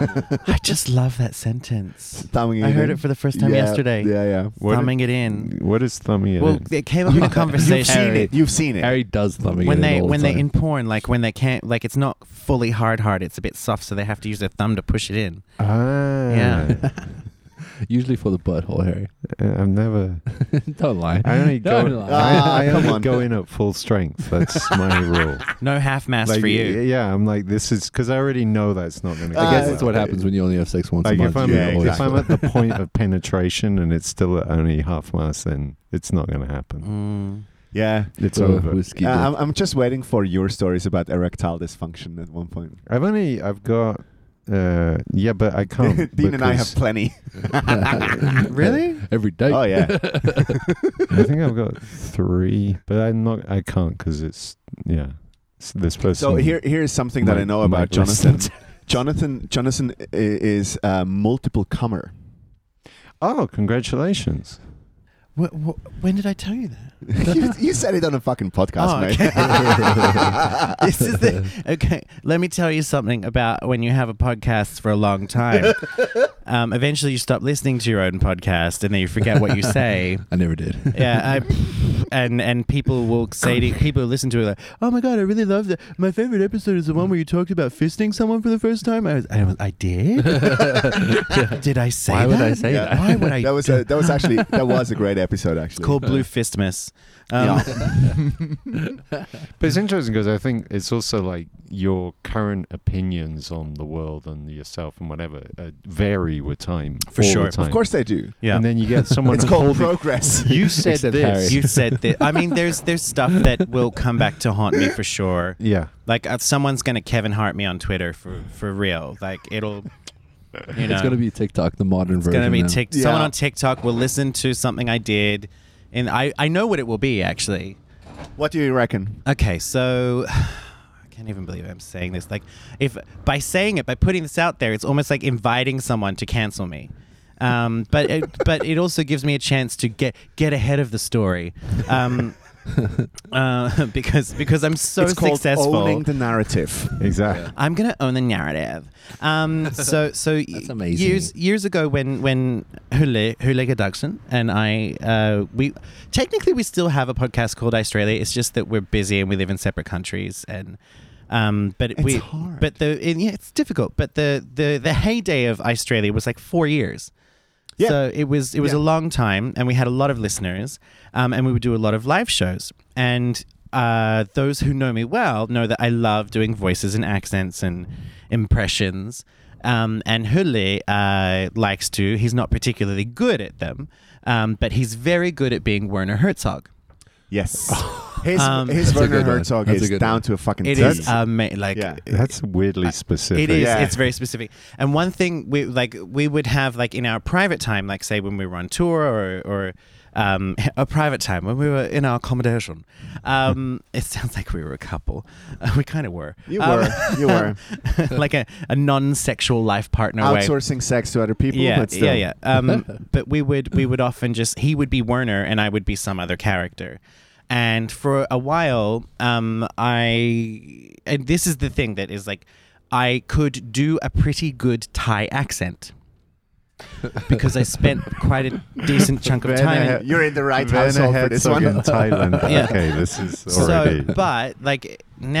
I just love that sentence. Thumbing I it heard in. it for the first time Yeah, yesterday. Yeah, yeah. What Thumbing it in. What is thumbing it Well, in? it came up in a You've conversation. seen it. You've seen it. Harry does thumbing when it in they all the when they time. in porn, like when they can't, like it's not fully hard hard. It's a bit soft, so they have to use their thumb to push it in. ah Yeah. Usually for the butthole, Harry. I've never. Don't lie. I only go. Don't lie. Ah, I, I come only on. go in at full strength. That's my rule. No half mass like, for you. Yeah, I'm like this is because I already know that's not going to. I I guess guess Uh, that's what happens when you only have sex once Like a if I'm month. you Yeah, always if I'm exactly. at the point of penetration and it's still at only half mass, then it's not going to happen. Mm. Yeah. It's feel over. whiskey Uh, dick. I'm, I'm just waiting for your stories about erectile dysfunction at one point. I've only I've got uh yeah, but I can't. Dean and I have because plenty. Really? Every day. Oh, yeah. I think I've got three, but I'm not. I can't because it's yeah. It's this person. So here, here is something that I might- know about might Jonathan. listen. Jonathan, Jonathan i- is a multiple comer. Oh, congratulations! Wh- wh- when did I tell you that? you, you said it on a fucking podcast, Oh, mate. okay. this is the okay. Let me tell you something about when you have a podcast for a long time. um, eventually, you stop listening to your own podcast, and then you forget what you say. I never did. Yeah, I, and and people will say to, people who listen to it like, "Oh my god, I really love that. My favorite episode is the one where you talked about fisting someone for the first time." I was, I, was, I did. Did I say Why that? would I say Yeah. that? Why would I? that was a, that was actually that was a great episode. Actually, it's called Blue Fistmas. Um, But it's interesting because I think it's also like your current opinions on the world and yourself and whatever uh, vary with time. For all the sure. Of time. Of course they do. yeah. And then you get someone. It's called progress. You said Except this. Harry. you said that. I mean, there's there's stuff that will come back to haunt me for sure. Yeah. Like if someone's gonna Kevin Hart me on Twitter for for real. Like it'll, you know, It's gonna be TikTok, the modern It's version. gonna be now. tick- Yeah. someone on TikTok will listen to something I did, and I I know what it will be actually. What do you reckon? Okay, so I can't even believe I'm saying this. Like, if by saying it, by putting this out there, it's almost like inviting someone to cancel me. Um, but it, but it also gives me a chance to get get ahead of the story, um, uh, because because I'm so it's called successful. owning the narrative. Exactly. I'm gonna own the narrative. Um, so so y- That's amazing. Years years ago, when when Hule Hulega Dugson and I uh, we technically we still have a podcast called Australia. It's just that we're busy and we live in separate countries and. Um, but It's we, hard. but the and yeah, it's difficult. But the the the heyday of Australia was like four years. Yeah. So it was it was Yeah. a long time, and we had a lot of listeners, um, and we would do a lot of live shows. And uh, those who know me well know that I love doing voices and accents and impressions. Um, and Hule uh, likes to. He's not particularly good at them, um, but he's very good at being Werner Herzog. Yes. His, Um, his That's a Werner good one. Herzog That's a is good down one. to a fucking It T. is uh, ama- like Yeah. That's weirdly specific. It is. Yeah. It's very specific. And one thing we like, we would have like in our private time, like say when we were on tour or or um, a private time when we were in our accommodation. Um, it sounds like we were a couple. Uh, we kind of were. You Um, were. you were. like a, a non-sexual life partner way. Outsourcing sex to other people, Yeah, but still. yeah, yeah. Um, but we would we would often just he would be Werner and I would be some other character, and for a while, um, I and this is the thing that is like, I could do a pretty good Thai accent because I spent quite a decent chunk of Werner time. in- Her- You're in the right Werner household for this Herzog one. in Thailand. Yeah. Okay, this is So, already. but like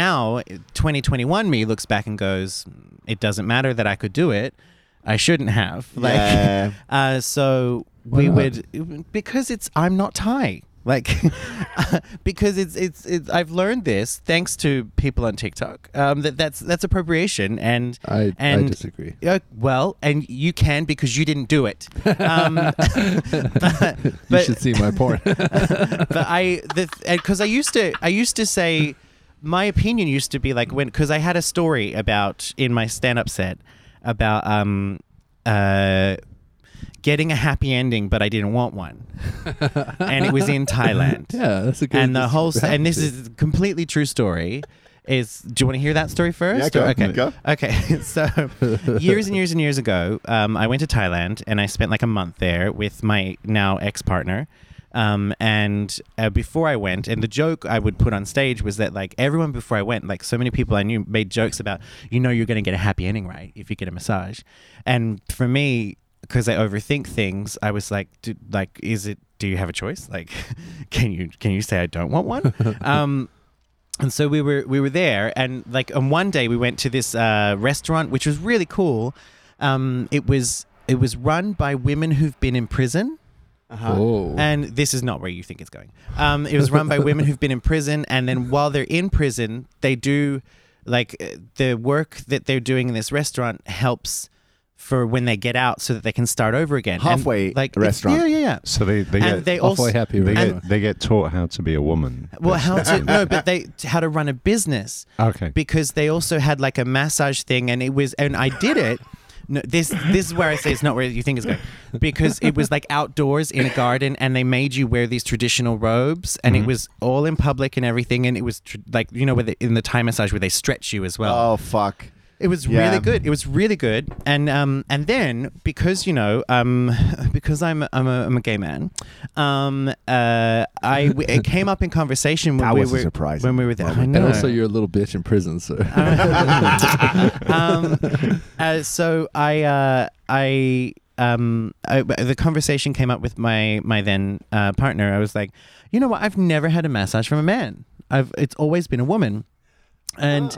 now, 2021 me looks back and goes, it doesn't matter that I could do it. I shouldn't have. Like, Yeah. uh, so we not? would because it's I'm not Thai. Like, because it's, it's it's I've learned this thanks to people on TikTok um, that that's that's appropriation and I, and I disagree. yeah, well, and you can because you didn't do it. Um, but, you but- should see my porn. but I the because I used to I used to say my opinion used to be like when because I had a story about in my stand up set about um uh getting a happy ending but I didn't want one and it was in Thailand yeah, that's a good. and the dis- whole s- and this reality. is a completely true story is do you want to hear that story first go, okay go. okay so years and years and years ago um, i went to thailand and i spent like a month there with my now ex-partner Um, and uh, before I went, and the joke I would put on stage was that like everyone before I went, like so many people I knew made jokes about, you know, you're going to get a happy ending, right? If you get a massage. And for me, because I overthink things, I was like, do, like, is it? Do you have a choice? Like, can you can you say I don't want one? um, and so we were we were there, and like, and one day we went to this uh, restaurant, which was really cool. Um, it was it was run by women who've been in prison. Oh. And this is not where you think it's going. Um, it was run by women who've been in prison, and then while they're in prison, they do like uh, the work that they're doing in this restaurant helps for when they get out, so that they can start over again. And, Halfway it's- restaurant. Yeah, yeah, yeah. So they they And get they Halfway also happy. they, Right? get, they get taught how to be a woman. well how to That's- no, but they how to run a business. okay. because they also had like a massage thing and it was and I did it. No, this this is where I say it's not where you think it's going because it was like outdoors in a garden and they made you wear these traditional robes and Mm-hmm. it was all in public and everything and it was tr- like you know with the, in the Thai massage where they stretch you as well. Oh fuck. It was Yeah. really good. It was really good. And um and then because you know um because I'm I'm a, I'm a gay man, um uh I w- it came up in conversation when That we was a were surprising when we were there. I And know. also, you're a little bitch in prison, so. um, uh, so I, uh, I, um, I, the conversation came up with my my then uh, partner. I was like, you know what? I've never had a massage from a man. I've it's always been a woman, and.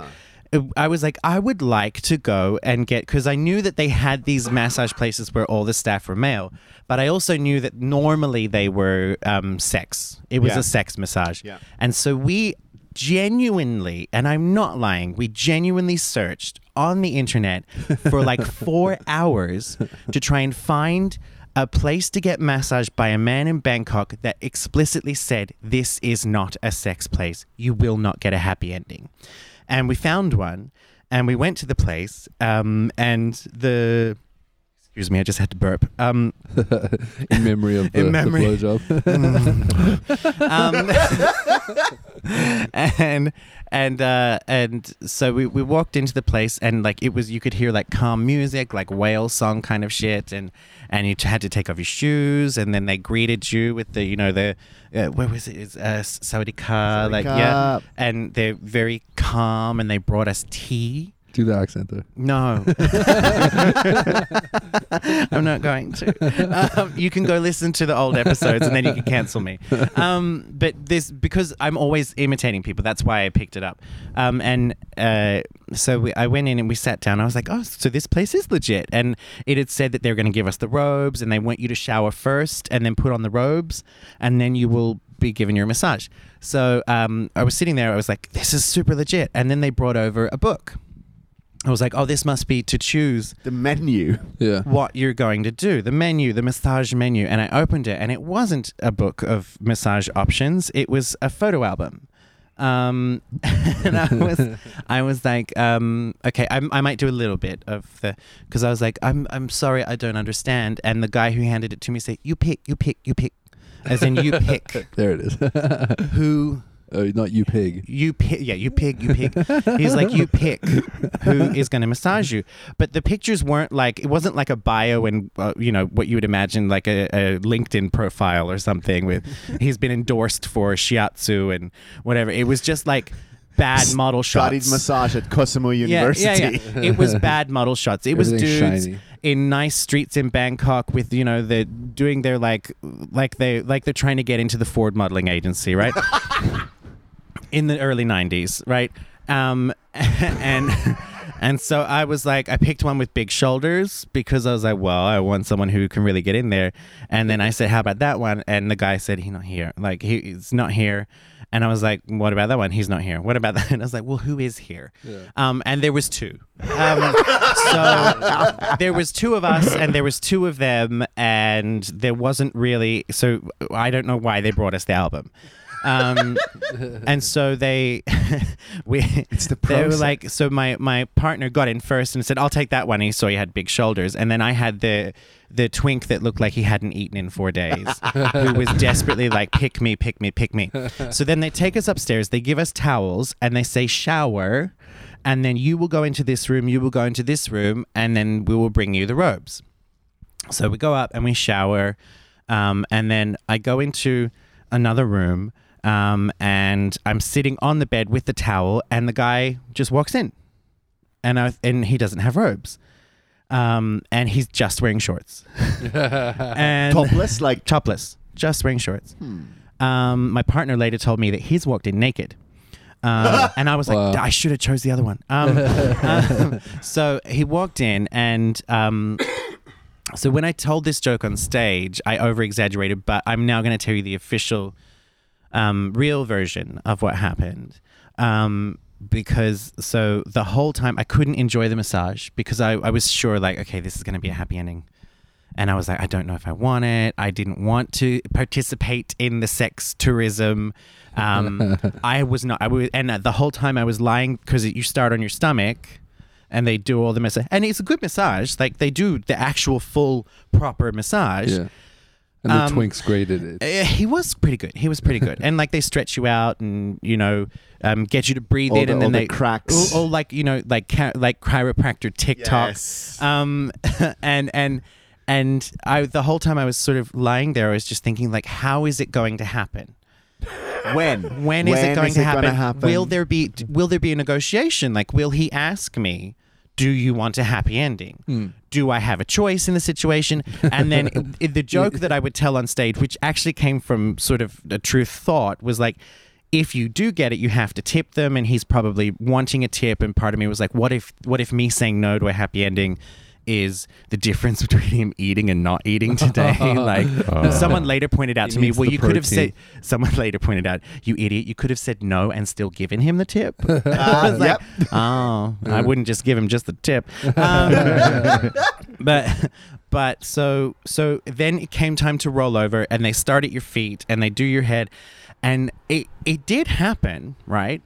I was like, I would like to go and get because I knew that they had these massage places where all the staff were male, but I also knew that normally they were um, sex. It was Yeah. a sex massage, Yeah. and so we genuinely, and I'm not lying, we genuinely searched on the internet for like four hours to try and find a place to get massaged by a man in Bangkok that explicitly said, This is not a sex place. You will not get a happy ending. And we found one and we went to the place um, and the. Excuse me, I just had to burp. Um, in memory of the, In the memory. blowjob. um, and and uh, and so we, we walked into the place and like it was you could hear like calm music like whale song kind of shit and and you had to take off your shoes and then they greeted you with the you know the uh, where was it it's uh, Saudi car like yeah Sawadee ka. and they're very calm and they brought us tea. Do the accent there. No, I'm not going to. Um, you can go listen to the old episodes and then you can cancel me. Um, but this because I'm always imitating people. That's why I picked it up. Um, and uh, so we, I went in and we sat down. I was like, oh, so this place is legit. And it had said that they were going to give us the robes and they want you to shower first and then put on the robes and then you will be given your massage. So um, I was sitting there. I was like, this is super legit. And then they brought over a book. I was like, oh, this must be to choose The menu. Yeah. what you're going to do the menu, the massage menu. And I opened it, and it wasn't a book of massage options, it was a photo album. Um, and I was, I was like, um, okay, I, I might do a little bit of the, because I was like, I'm, I'm sorry, I don't understand. And the guy who handed it to me said, you pick, you pick, you pick, as in you pick There it is. who oh, not you pig. you pick yeah you pick you pick he's like you pick who is going to massage you but the pictures weren't like it wasn't like a bio and uh, you know what you would imagine like a, a linkedin profile or something with he's been endorsed for shiatsu and whatever it was just like bad model Studied shots massage at Cosimo University. yeah, yeah, yeah. it was bad model shots it was Everything's dudes shiny. in nice streets in Bangkok with you know the doing their like like they like they're trying to get into the Ford modeling agency, right? in the early '90s, right? Um, and and so I was like, I picked one with big shoulders because I was like, well, I want someone who can really get in there. And then I said, how about that one? And the guy said, he's not here. Like he, he's not here. And I was like, what about that one? He's not here. What about that? And I was like, well, who is here? Um, and there was two. Um, so there was two of us and there was two of them and there wasn't really so i don't know why they brought us the album um, and so they we it's the they were process. like so my my partner got in first and said i'll take that one he saw he had big shoulders and then i had the the twink that looked like he hadn't eaten in four days who was desperately like pick me pick me pick me so then they take us upstairs they give us towels and they say shower and then you will go into this room, you will go into this room, and then we will bring you the robes. So we go up and we shower, Um, and then I go into another room um, and I'm sitting on the bed with the towel, and the guy just walks in, and I and he doesn't have robes, um, and he's just wearing shorts and Topless, like hmm. topless, just wearing shorts. Um, my partner later told me that he's walked in naked. Um, and I was like, Wow. "D- I should have chose the other one. Um, um, so he walked in, and um, so when I told this joke on stage, I over exaggerated, but I'm now going to tell you the official, um, real version of what happened. Um, because so the whole time I couldn't enjoy the massage because I, I was sure, like, okay, this is going to be a happy ending. And I was like, I don't know if I want it. I didn't want to participate in the sex tourism. Um, I was not. I was, and uh, the whole time I was lying because you start on your stomach, and they do all the massage, and it's a good massage. Like they do the actual full proper massage. Yeah. And the Um, twinks graded it. Uh, he was pretty good. He was pretty good, and like they stretch you out and you know um, get you to breathe All in, the- and then all the they cracks. or, or like you know like chi- like chiropractor TikTok, Yes. um, and and and I the whole time I was sort of lying there, I was just thinking like, how is it going to happen? when? when is it going to gonna happen? Will there be will there be a negotiation? Like, will he ask me, "Do you want a happy ending? Do I have a choice in the situation?" And then i- the joke that I would tell on stage, which actually came from sort of a truth thought, was like. If you do get it, you have to tip them, and he's probably wanting a tip. And part of me was like, "What if? What if me saying no to a happy ending is the difference between him eating and not eating today?" like, someone later pointed out He to me, needs "Well, the you could have said protein. Someone later pointed out, "You idiot! You could have said no and still given him the tip." I was like, "Oh, I wouldn't just give him just the tip." Um, but, but so so then it came time to roll over, and they start at your feet and they do your head, and it it did happen, right?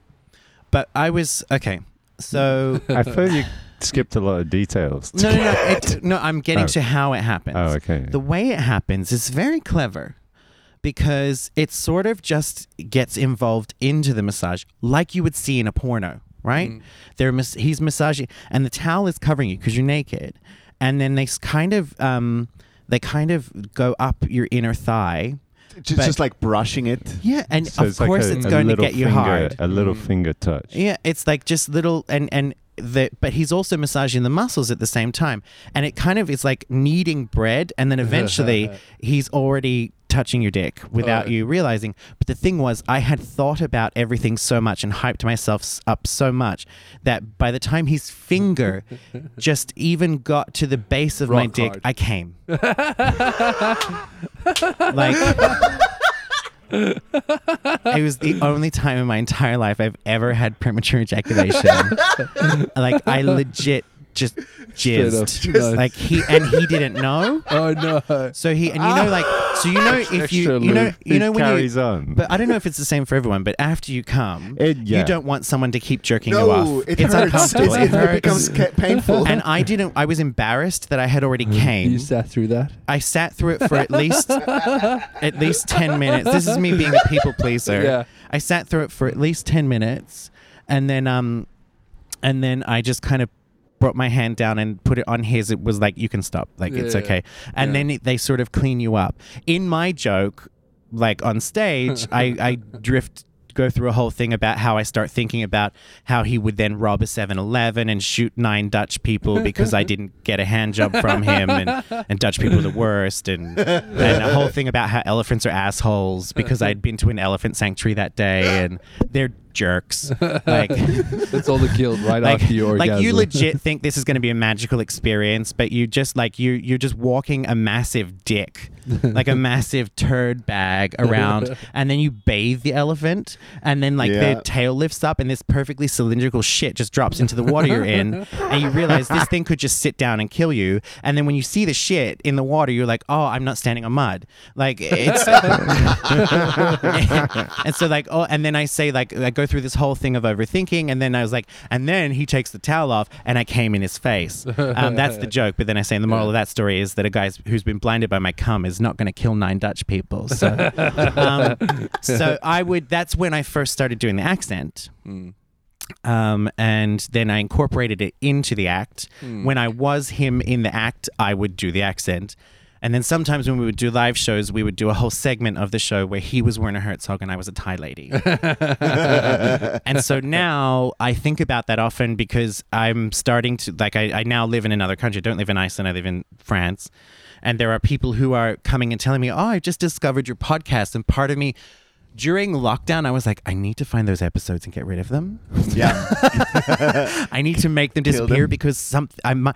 But I was okay. So I thought you skipped a lot of details. no, no, no, it, no. I'm getting Oh. to how it happens. Oh, okay. The way it happens is very clever because it sort of just gets involved into the massage like you would see in a porno, right? Mm. They're mas- he's massaging and the towel is covering you because you're naked. And then they s- kind of um, they kind of go up your inner thigh. Just, but- just like brushing it. Yeah, and So of like course a- it's a going to little get you finger- hard. A little Mm. finger touch. Yeah, it's like just little and and the but he's also massaging the muscles at the same time, and it kind of is like kneading bread, and then eventually he's already touching your dick without Oh. you realizing. But the thing was, I had thought about everything so much and hyped myself s- up so much that by the time his finger just even got to the base of my Rock dick, hard. I came. like. It was the only time in my entire life I've ever had premature ejaculation. like I legit just Straight up. jizzed. Nice. Like he and he didn't know. oh no. So he and you know like so you know if you Extra you know lube. you know it when you carries on. but I don't know if it's the same for everyone. But after you come, It- yeah. you don't want someone to keep jerking you No, off. it it's hurts. uncomfortable. It's- it, It hurts. becomes ca- painful. and I didn't. I was embarrassed that I had already came. You sat through that? I sat through it for at least at least ten minutes. This is me being a people pleaser. Yeah. I sat through it for at least ten minutes, and then um, and then I just kind of brought my hand down and put it on his. It was like you can stop, like it's Yeah. okay. And Yeah. then it, they sort of clean you up. In my joke, like on stage, I I drift. Go through a whole thing about how I start thinking about how he would then rob a 7 Eleven and shoot nine Dutch people because I didn't get a hand job from him and, and Dutch people are the worst and and a whole thing about how elephants are assholes because I'd been to an elephant sanctuary that day and they're jerks. Like That's all the guilt right like, after your orgasm. like you legit think this is going to be a magical experience, but you just like you you're just walking a massive dick, like a massive turd bag around, and then you bathe the elephant, and then like Yeah. their tail lifts up, and this perfectly cylindrical shit just drops into the water you're in, and you realize this thing could just sit down and kill you, and then when you see the shit in the water, you're like, oh, I'm not standing on mud, like it's. and so like oh and then i say like i go through this whole thing of overthinking and then i was like and then he takes the towel off and i came in his face um, that's the joke but then i say and the moral of that story is that a guy who's been blinded by my cum is not going to kill nine dutch people so um, so i would that's when i first started doing the accent Mm. um, and then I incorporated it into the act. When I was him in the act, I would do the accent. And then sometimes when we would do live shows, we would do a whole segment of the show where he was Werner Herzog and I was a Thai lady. and so now I think about that often because I'm starting to like I, I now live in another country. I don't live in Iceland. I live in France, and there are people who are coming and telling me, "Oh, I just discovered your podcast." And part of me, during lockdown, I was like, "I need to find those episodes and get rid of them. Yeah. I need to make them Kill them. disappear because some I mi-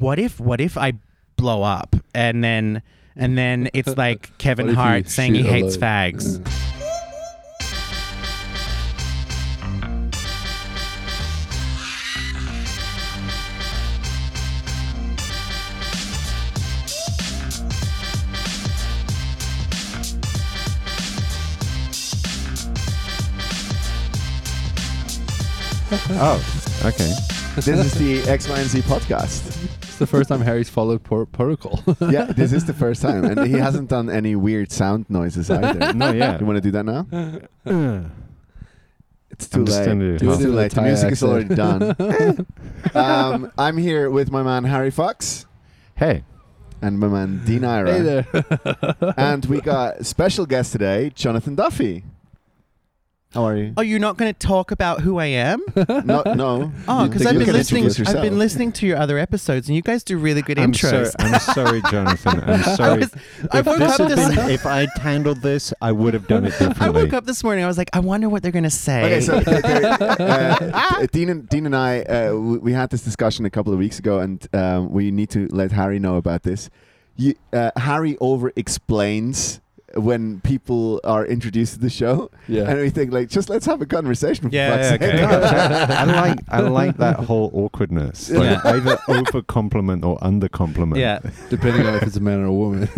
What if? What if I blow up and then and then it's like Kevin What if you Hart saying he shoot a hates load? fags." Oh, okay. this is the X, Y, and Z podcast. It's the first time Harry's followed por- protocol. Yeah, this is the first time. And he hasn't done any weird sound noises either. No, yeah. You want to do that now? Uh, It's too I'm just late. gonna do it. It's Do it too in a late. The Thai music is accent. already done. um, I'm here with my man Harry Fox hey, and my man Dean Ira. hey there. And we got special guest today, Jonathan Duffy. How are you? Are you not going to talk about who I am? no, no. Oh, You because can- I've you been can listening. introduce I've been yourself. listening to your other episodes, and you guys do really good I'm sorry. intros. I'm sorry, Jonathan. I'm sorry. was- I if, woke this up had this- been- if I'd handled this, I would have done it differently. I woke up this morning. I was like, I wonder what they're going to say. Okay, so there- there- uh, D- Dean, and, Dean and I, uh, w- we had this discussion a couple of weeks ago, and um, we need to let Harry know about this. You, uh, Harry over explains when people are introduced to the show, and Yeah. we think like, just let's have a conversation. for Yeah, fuck's yeah, sake. okay. I like I like that whole awkwardness. Like Yeah. either over compliment or under compliment. yeah, Depending on if it's a man or a woman.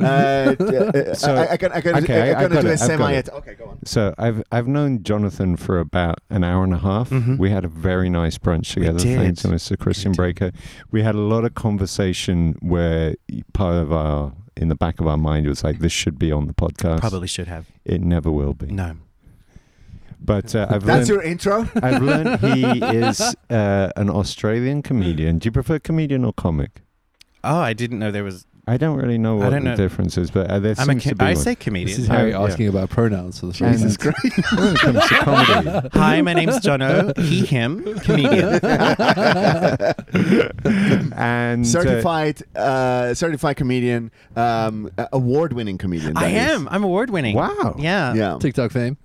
Uh, d- uh, So- I, I can, I can, I, I okay, I- I've can got do it, a I've got semi. it. Okay, go on. So I've I've known Jonathan for about an hour and a half. Mhm. We had a very nice brunch We together, did. thanks to Mr. Christian did. Breaker. We had a lot of conversation where part of our in the back of our mind was like, this should be on the podcast. probably should have. It never will be. No, But uh, I've That's learned, your intro. I've learned he is uh, an Australian comedian. Do you prefer comedian or comic? oh, I didn't know there was. I don't really know I what the don't know. difference is, but uh, there I'm a seems com- to be I one. say this comedian. is Yeah. Harry Yeah. asking about pronouns for the first Jesus time. when it comes to comedy. Hi, my name's Jono. He, him, comedian. and uh, certified, uh, certified comedian, um, a- award-winning comedian. I that is. am. Uh, I'm award winning. Wow. Yeah. Yeah. TikTok fame.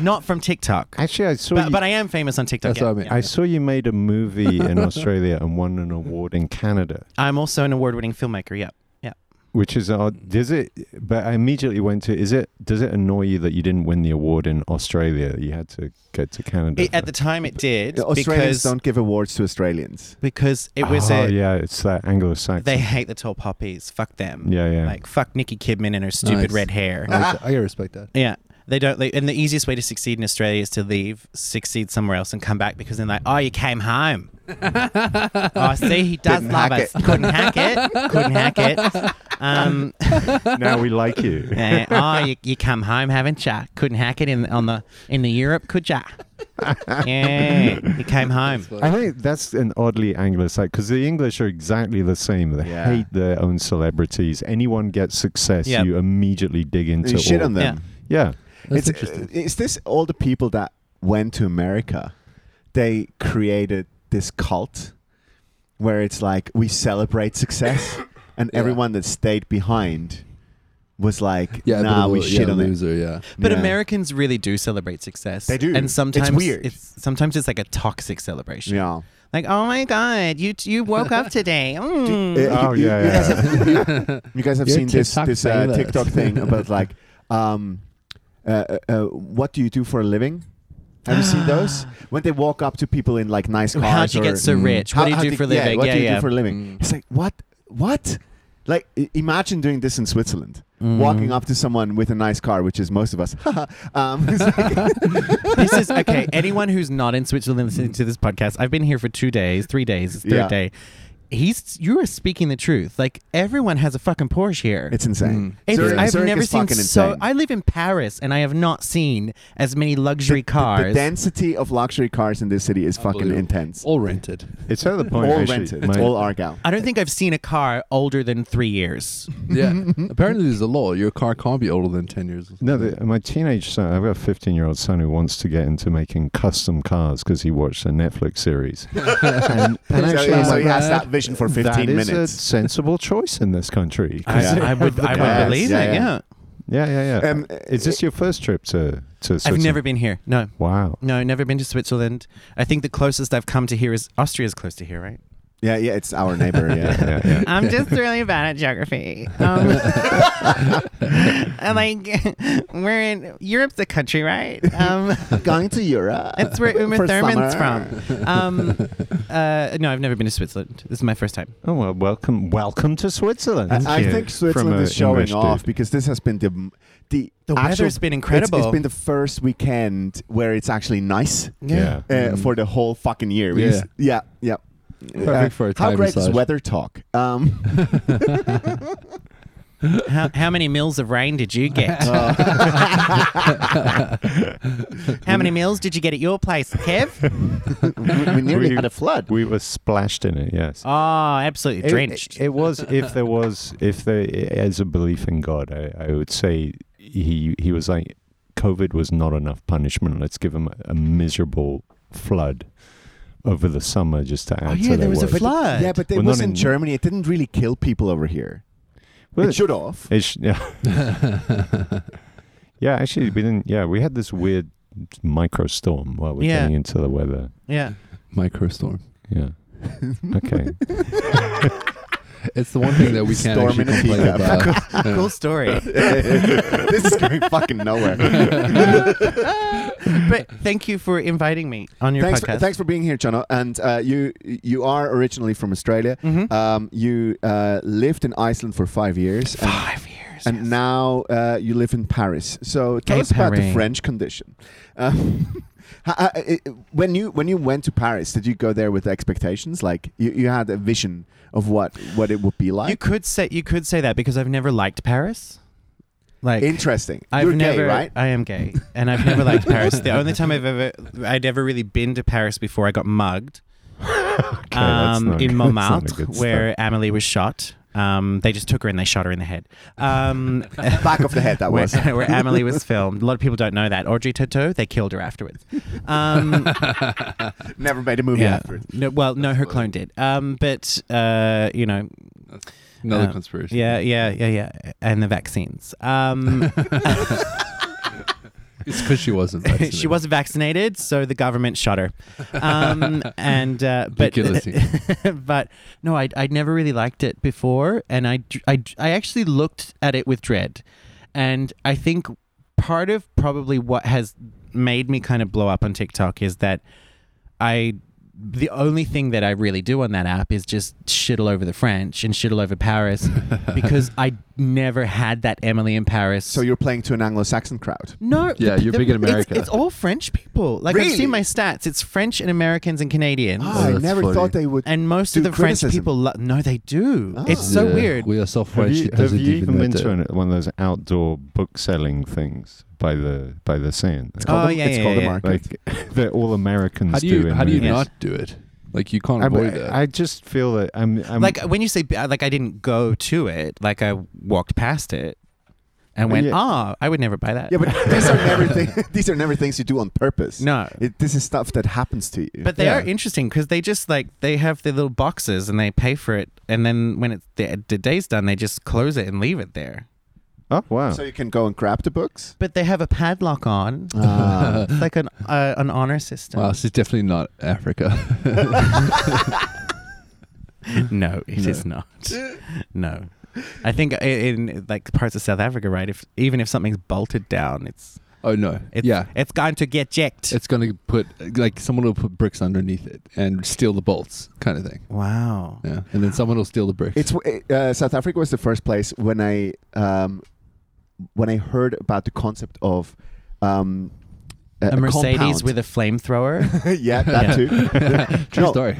Not from TikTok, Actually, I saw. but, you, but I am famous on TikTok. That's yeah, what I mean. yeah. I saw you made a movie in Australia and won an award in Canada, I'm also an award winning filmmaker. Yeah. which is odd. Does it? But I immediately went to. Is it? Does it annoy you that you didn't win the award in Australia? You had to go to Canada. It- at the time, it did Australians because don't give awards to Australians. because it was Oh a, yeah, it's that Anglo-Saxon. they hate the tall poppies. Fuck them. yeah, yeah. Like fuck Nicki Kidman and her stupid Nice. Uh, red hair. I, like that. I can respect that. Yeah. They don't they, and the easiest way to succeed in Australia is to leave, succeed somewhere else and come back because then like, oh you came home. oh see he does Didn't love hack us. Couldn't hack it. Couldn't hack it. Um now we like you. eh, oh you, you come home, haven't ya? Couldn't hack it in on the in the Europe, could ya? Yeah. You came home. That's I funny. think that's an oddly Anglo-Saxon because the English are exactly the same. They Yeah. hate their own celebrities. Anyone gets success, Yeah. you immediately dig into You shit all- on them. Yeah, That's it's, uh, interesting. Is this all the people that went to America? They created this cult where it's like we celebrate success, and Yeah. everyone that stayed behind was like, yeah, a bit "Nah, of a we lo- shit yeah, on it." loser, yeah. But Yeah. Americans really do celebrate success. They do. and It's sometimes weird. It's sometimes it's like a toxic celebration. Yeah. Like, oh my god, you you woke up today. Mm. Uh, Oh, yeah, You guys yeah. have, you guys have Your seen this TikTok this uh, famous. TikTok thing about like, um, uh, uh, uh, what do you do for a living? Have you seen those? Ah. When they walk up to people in like nice cars, How'd you or- get so Mm. rich? How- What do how you do did- for a living? What yeah, do you yeah. do for a living? Mm. It's like what? What? Like i- imagine doing this in Switzerland, walking Mm. up to someone with a nice car, which is most of us. um, it's like- uh, this is okay. Anyone who's not in Switzerland listening to this podcast, I've been here for two days, three days, it's third Yeah. day. he's you are speaking the truth. Like everyone has a fucking Porsche here. It's insane. It's- Zurich- I've Zurich never is seen fucking so. insane. I live in Paris, and I have not seen as many luxury The, cars. the density of luxury cars in this city is fucking Unbelievable. intense. All rented. It's at the point. All actually, rented. my- It's all Argyle. I don't think I've seen a car older than three years. Yeah. Apparently, there's a law. Your car can't be older than 10 years. No, the, my teenage son, I've got a 15 year old son who wants to get into making custom cars because he watched a Netflix series. and, and so, actually, so I'm he like, has that vision for 15 that is a minutes. Uh, sensible choice in this country. 'Cause I, Yeah. they I would, have the I Yes, would cars. believe yeah, it. yeah. Yeah, Yeah, yeah, yeah. Um, is this your first trip to, to I've Switzerland? never been here. No, Wow. no, never been to Switzerland. I think the closest I've come to here is Austria's close to here, right? Yeah, yeah, it's our neighbor. Yeah. Yeah, yeah. I'm just really bad at geography. Um, and, like we're in Europe's a country, right? Um, Going to Europe. That's where Uma for Thurman's summer. from. Um, uh, no, I've never been to Switzerland. This is my first time. Oh well, welcome, welcome to Switzerland. I, I Yeah. think From Switzerland a is showing English off dude. because this has been the m- the, The actual- weather's been it's- incredible. it's been the first weekend where it's actually nice Yeah. uh, Mm. for the whole fucking year. We Yeah. used- yeah, yeah. Uh, Perfect for a how Thai great is massage. weather talk? Um, How, how many meals of rain did you get? Oh, uh, how many meals did you get at your place, Kev? we nearly We- had a flood. we were splashed in it. Yes. Oh, absolutely It- drenched. It, it was if there was if there as a belief in God, I, I would say he he was like COVID was not enough punishment. Let's give him a, miserable flood over the summer just to add Oh, to yeah, their there was a worry. flood. Yeah, but it Well, not was in in- Germany. It didn't really kill people over here. Well, it should have. It's- yeah. yeah, actually, we didn't. Yeah, we had this weird micro storm while we're Yeah. getting into the weather. yeah. Microstorm. Yeah. Okay. It's the one thing that we can't Storm actually in a complain teacup. about. Cool story. this is going fucking nowhere. but thank you for inviting me on your Thanks podcast. for, thanks for being here, Jono. And uh, you you are originally from Australia. Mhm. Um, you uh, lived in Iceland for five years. and- Five years. And now uh, you live in Paris. So tell Hey, us about the Paris. French condition. Um, ha- ha- it- when you when you went to Paris, did you go there with expectations? Like you, you had a vision of what what it would be you like. could say you could say that because I've never liked Paris. Like Interesting. I've You're never, gay, right? I am gay, and I've never liked Paris. The only time I've ever, I'd ever really been to Paris before I got mugged Okay, that's um, not good- in that's not a Montmartre, good where Amelie was shot. Um, they just took her and they shot her in the head. Um, Back of the head that where, was. where Amelie was filmed. A lot of people don't know that. Audrey Tautou, they killed her afterwards. Um, never made a movie yeah. afterwards. No, well, no, her clone did. Um, but uh, you know, Another Uh, conspiracy. yeah, yeah, yeah, yeah, and the vaccines. Um, It's because she wasn't vaccinated. she wasn't vaccinated, so the government shut her. Um, and uh, but Guillotine. but no, I I never really liked it before, and I, d- I d- I actually looked at it with dread, and I think part of probably what has made me kind of blow up on TikTok is that I. The only thing that I really do on that app is just shit all over the French and shit all over Paris because I never had that Emily in Paris. So you're playing to an Anglo-Saxon crowd. No. Yeah, the- you're the- big in it's- America. It's, all French people. Like I've Really? seen my stats. It's French and Americans and Canadians. Ah, I that's never funny. thought they would. and most of Do the French criticism. people, lo- no, they do. Ah. It's so Yeah, weird. We are so French. Have you, it have doesn't you even matter. been to an- one of those outdoor book selling things by the by the Seine? Oh, Called them- yeah, it's yeah, called a yeah. market. Like that all Americans How do you in how do you movies. not do it? Like you can't I, avoid but that. I just feel that I'm, I'm like when you say uh, like I didn't go to it, like I walked past it and went, Yeah. "Ah, I would never buy that." yeah, but these are never thi- these are never things you do on purpose. no. It, this is stuff that happens to you. But they Yeah. are interesting because they just like they have their little boxes and they pay for it, and then when it's the, the day's done, they just close it and leave it there. oh wow. so you can go and grab the books. But they have a padlock on, Ah. it's like an uh, an honor system. Wow, this is definitely not Africa. No, it is No. not. No, I think i- in like parts of South Africa, right? If even if something's bolted down, it's oh no, it's yeah, it's going to get jacked. it's going to put like someone will put bricks underneath it and steal the bolts, kind of thing. wow. Yeah, and then someone will steal the bricks. It's uh, South Africa was the first place when I um, when I heard about the concept of um, a, A Mercedes compound. with a flamethrower. yeah that Yeah. too True No, story.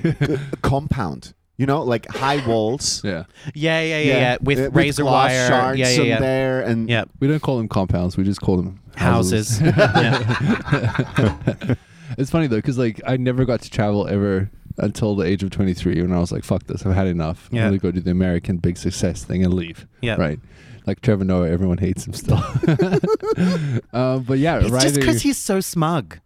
a compound You know, like high walls. Yeah. Yeah, yeah, yeah, yeah. With uh, razor glass wire. shards yeah, yeah, in yeah. there and Yeah. We don't call them compounds. We just call them Houses. yeah. It's funny though, because like I never got to travel ever until the age of 23 when I was like, fuck this, I've had enough. Yeah. I'm going to go do the American big success thing and leave. Yeah. Right. Like Trevor Noah, everyone hates him still. uh, but yeah, It's right. just because he's so smug.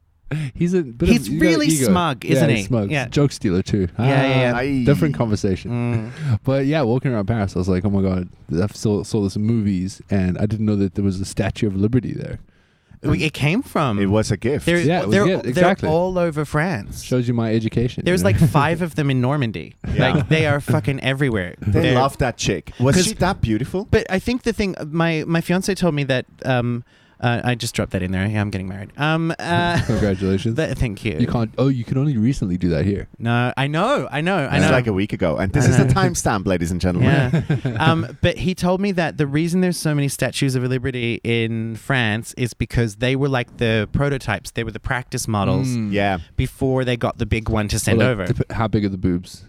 he's a bit he's of, you got really ego. smug, isn't yeah, he? He's smug. Yeah. Joke stealer too. Ah, Yeah, yeah, yeah. Aye. Different conversation. Mm. But yeah, walking around Paris, I was like, oh my God, I saw, saw this in movies and I didn't know that there was a Statue of Liberty there. It came from. It was a gift. They're, Yeah, it was- they're, yeah, exactly. they're all over France. Shows you my education. There's you like know? five of them in Normandy. Yeah. Like they are fucking everywhere. They They're- love that chick. Was 'Cause- she that beautiful? But I think the thing, my my fiance told me that. Um, uh, I just dropped that in there. I'm getting married. Um, uh, Congratulations. that- thank you. You can't. Oh, you can only recently do that here. No, I know, I know, I It's know. like a week ago, and this I is the know. timestamp, ladies and gentlemen. yeah. um, but he told me that the reason there's so many statues of liberty in France is because they were like the prototypes. They were the practice models Yeah. before they got the big one to send Well, over. like, dep- how big are the boobs?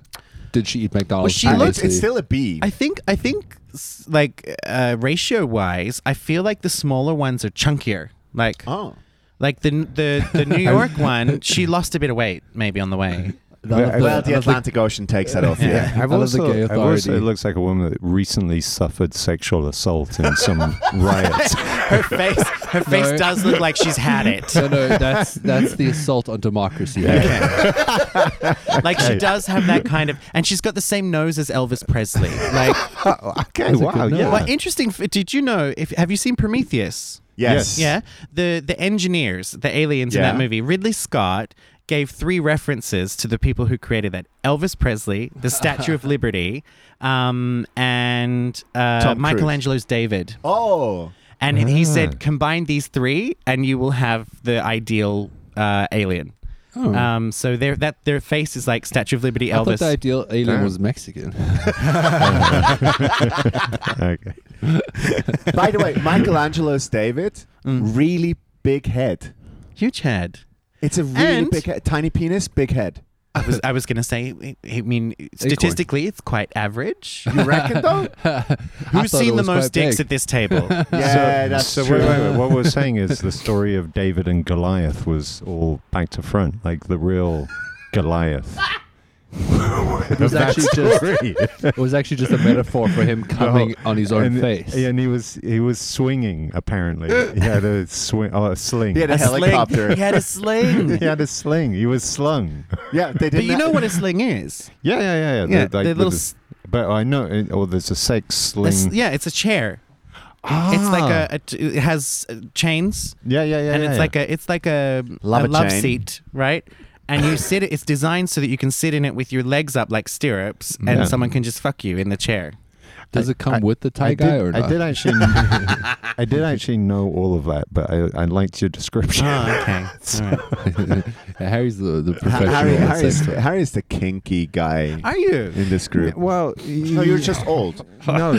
Did she eat McDonald's? she And looked- it's, it's previously? still a B. I think I think s- like uh, ratio wise, I feel like the smaller ones are chunkier. Like oh. like the the, the New York one, she lost a bit of weight maybe on the way. I Well, love the- well, the I love the- Atlantic Ocean takes that off. Yeah. Yeah. I've I love the also, gay I've also, authority. it looks like a woman that recently suffered sexual assault in some riots. Her face her face No. does look like she's had it. No, no, that's that's the assault on democracy. Like she does have that kind of, and she's got the same nose as Elvis Presley. Like, Oh, okay, That's a good note. well, interesting. f- Did you know? If have you seen Prometheus? Yes. Yeah, the the engineers, the aliens in Yeah. that movie, Ridley Scott gave three references to the people who created that: Elvis Presley, the Statue of Liberty, um, and uh, Tom Michelangelo's David. Oh. And he said, Ah. combine these three, and you will have the ideal uh, alien. Oh. Um, so their that their face is like Statue of Liberty, I thought Elvis. the ideal alien Yeah. was Mexican. okay. By the way, Michelangelo's David, Mm. really big head. Huge head. It's a really And- big head. Tiny penis, big head. I was I was gonna say. I mean, statistically, it's quite average. You reckon though? Who's thought it seen the was most quite big. dicks at this table? yeah, so, that's so true. wait, wait, wait. what we're saying is the story of David and Goliath was all back to front, like the real Goliath. It was actually just it was actually just a metaphor for him coming on his own and, face. and he was he was swinging. Apparently, he had a swing, oh, a sling. He had a, helicopter. Sling. He had a he sling. had a sling. He was slung. Yeah, they didn't. But you know ha- what a sling is? Yeah, yeah, yeah, yeah. Yeah, like the with little the- s- but I know, it- or there's a sex A sling. s- yeah, it's a chair. Ah. It's like a, a t- it has uh, chains, yeah, yeah, yeah. and yeah, it's yeah. like a it's like a Love a a love chain. seat, right? And you sit. It's designed so that you can sit in it with your legs up like stirrups, and Yeah. someone can just fuck you in the chair. Does it come I- with the Thai I guy did, or not? I did actually, I did actually know all of that, but I, I liked your description. Oh, okay. All right. Yeah, Harry's the, the Ha- professional. Harry, at Harry's, sex. Harry's the kinky guy Are you? in this group. Well, No, you're just old. no.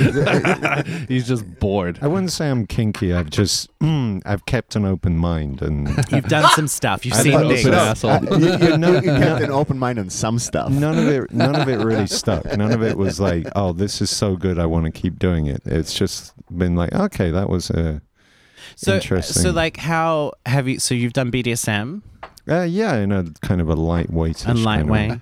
He's just bored. I wouldn't say I'm kinky. I've just hmm, I've kept an open mind, and You've done some stuff. You've I seen thought it was things. an asshole. You, uh, you, you kept an open mind on some stuff. none of it none of it really stuck. None of it was like, oh, this is so good, I want to keep doing it. It's just been like, okay, that was a uh, So, interesting. so like, how have you? So you've done BDSM uh, yeah, in a kind of a lightweight and lightweight,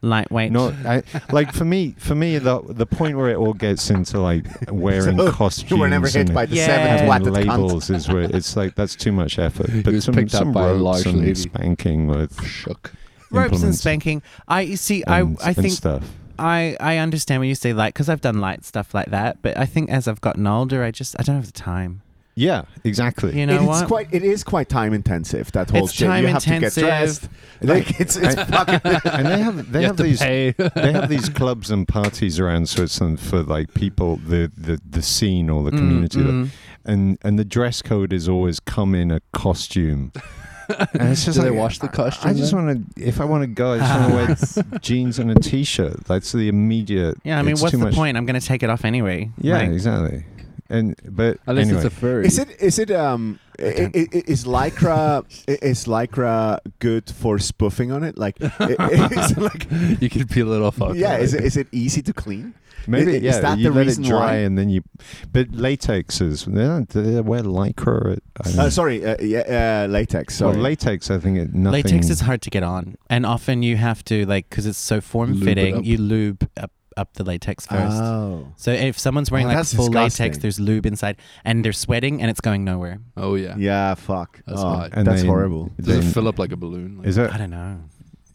lightweight. Not I, like for me, for me the the point where it all gets into like wearing So, costumes. You were never hit and by the Yeah. seventh having watted having cunt. labels is where it's like that's too much effort. But was some, picked up some by a ropes large and lady. spanking with Shook. ropes and implements spanking. I you see. and- I I and think stuff. I I understand when you say light because I've done light stuff like that. But I think as I've gotten older, I just I don't have the time. Yeah, exactly. You know it's what? quite. It is quite time intensive. That whole It's shit. time you have to intensive. get dressed. Like it's, it's fucking. and they have they You have, have to these pay. they have these clubs and parties around Switzerland for like people the the, the scene or the community, that- mm. and and the dress code is always come in a costume. And it's just Do they like, wash the costume? I just then? want to. If I want to go, I just want to wear jeans and a t-shirt. That's the immediate. yeah, I mean, it's what's too the much- point? I'm going to take it off anyway. Yeah, Like, exactly. and but Unless anyway, it's a furry. Is it is it um i- i- i- is lycra i- is lycra good for spoofing on it? Like, i- i- is it like you could peel it off. out yeah, there. is it is it easy to clean? maybe i- is yeah. that you the let reason it dry why? and then you. But latex is they don't- do they wear lycra. I don't Uh, know. sorry, uh, yeah, uh, latex. Well, Sorry. latex, I think it, nothing. Latex is hard to get on, and often you have to like because it's so form Lube it up. fitting. You lube up, up the latex first. Oh. So if someone's wearing Oh, like that's full latex, disgusting. there's lube inside, and they're sweating, and it's going nowhere. Oh yeah. Yeah, fuck. That's Oh, hot. And that's then- horrible. Does it Then- fill up like a balloon? Like, Is I that don't know.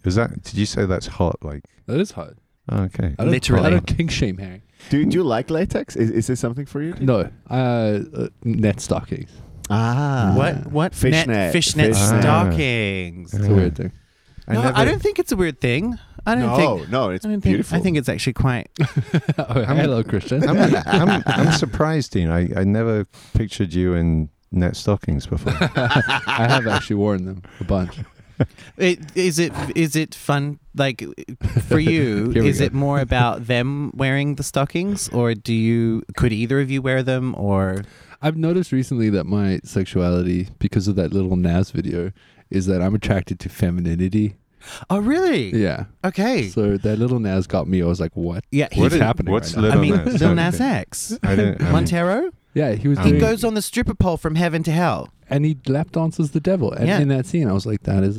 is that? Did you say that's hot? Like oh, that is hot. okay. I don't, Literally. I don't kink shame, Harry. Do, do you like latex? Is, is this something for you? No. Uh, uh, net stockings. Ah. what? What? Fishnet. Net, fishnet Fishnet. stockings. It's a weird thing. I no, I don't think it's a weird thing. I don't no, think. no, it's I don't think. beautiful. I think it's actually quite. oh, I'm- hello, Christian. I'm, I'm, I'm surprised, Dean. I, I never pictured you in net stockings before. I have actually worn them a bunch. It, is it is it fun like for you? Here we is go. it more about them wearing the stockings, or do you could either of you wear them, or I've noticed recently that my sexuality, because of that little Nas video, is that I'm attracted to femininity. oh really? Yeah. Okay, So that little Nas got me. I was like, what? yeah. He, What's What is- happening? what's right now? I Lil mean, Nas, Lil okay. Nas X, I don't. I mean, Montero. Yeah, he was He He doing, goes on the stripper pole from heaven to hell. and he lap dances the devil. And Yeah. in that scene, I was like, that is.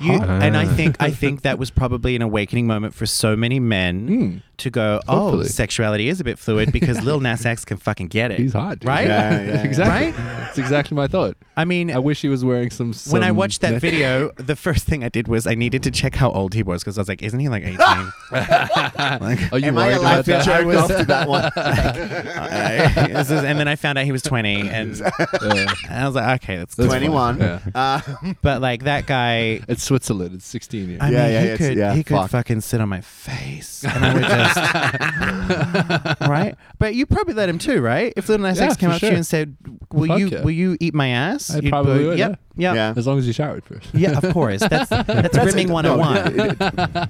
You, Oh. Huh? and I Ah. think I think that was probably an awakening moment for so many men Mm, to go, oh, Hopefully. sexuality is a bit fluid because Lil Nas X can fucking get it. he's hot, dude. Right? Yeah, yeah, yeah. exactly. That's exactly my thought. I mean, I wish he was wearing some. when I some watched that net- video, the first thing I did was I needed to check how old he was because I was like, isn't he like 18? like, Are you Am I worried allowed about to that? jerk off to that one? I- this is- and then I found out he was 20, and, Yeah. and I was like, okay, that's, That's cool. 21. Yeah. Uh, But like that guy, It's Switzerland. It's 16 years. I Yeah, mean, yeah, he it's- could yeah, he could fuck. fucking sit on my face, and I would just right. But you probably let him too, right? If Little Nas Yeah, X came for up sure. to you and said, "Will Fuck you yeah. will you eat my ass?" I You'd probably go, would, Yep, yep. Yeah. yeah. As long as you showered first. of course. That's that's, That's rimming it. No, 101. it- it-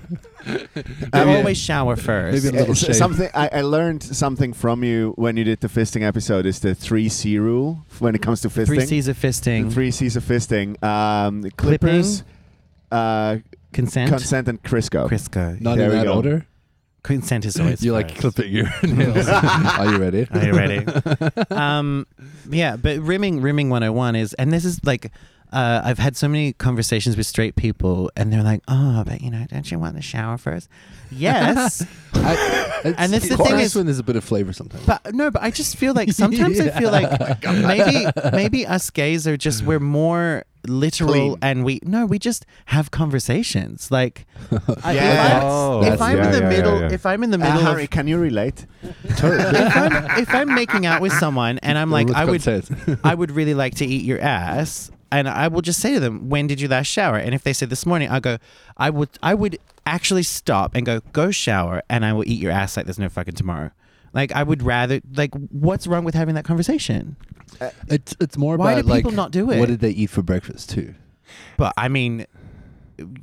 I Maybe- always shower first. maybe a Uh, little s- shade. Something I, I learned something from you when you did the fisting episode is the three C rule when it comes to fisting. Three C's of fisting. The three C's of fisting: um, Clippers, uh, consent. consent, and Crisco. Crisco. Not There in we that go. order. consent is always. you like first. clipping your nails. Are you ready? Are you ready? um, yeah, but rimming rimming 101 is, and this is like, uh, I've had so many conversations with straight people, and they're like, oh, but you know, don't you want the shower first? Yes. I, it's, And that's the it's thing nice is- when there's a bit of flavor sometimes. But no, but I just feel like sometimes I feel like maybe maybe us gays are just we're more literal Clean. and we no we just have conversations like I- if Yes. I'm- Oh, if that's- I'm in yeah, the yeah, yeah, middle yeah. if I'm in the Uh, middle of Harry, can you relate? if I'm, if I'm making out with someone and I'm like, Let's I would, consent. I would really like to eat your ass, and I will just say to them, when did you last shower? And if they say this morning, I go, I would, I would actually stop and go, go shower, and I will eat your ass like there's no fucking tomorrow. Like I would rather, like, what's wrong with having that conversation? It's it's more Why about do people like, not do it? What did they eat for breakfast too? But I mean,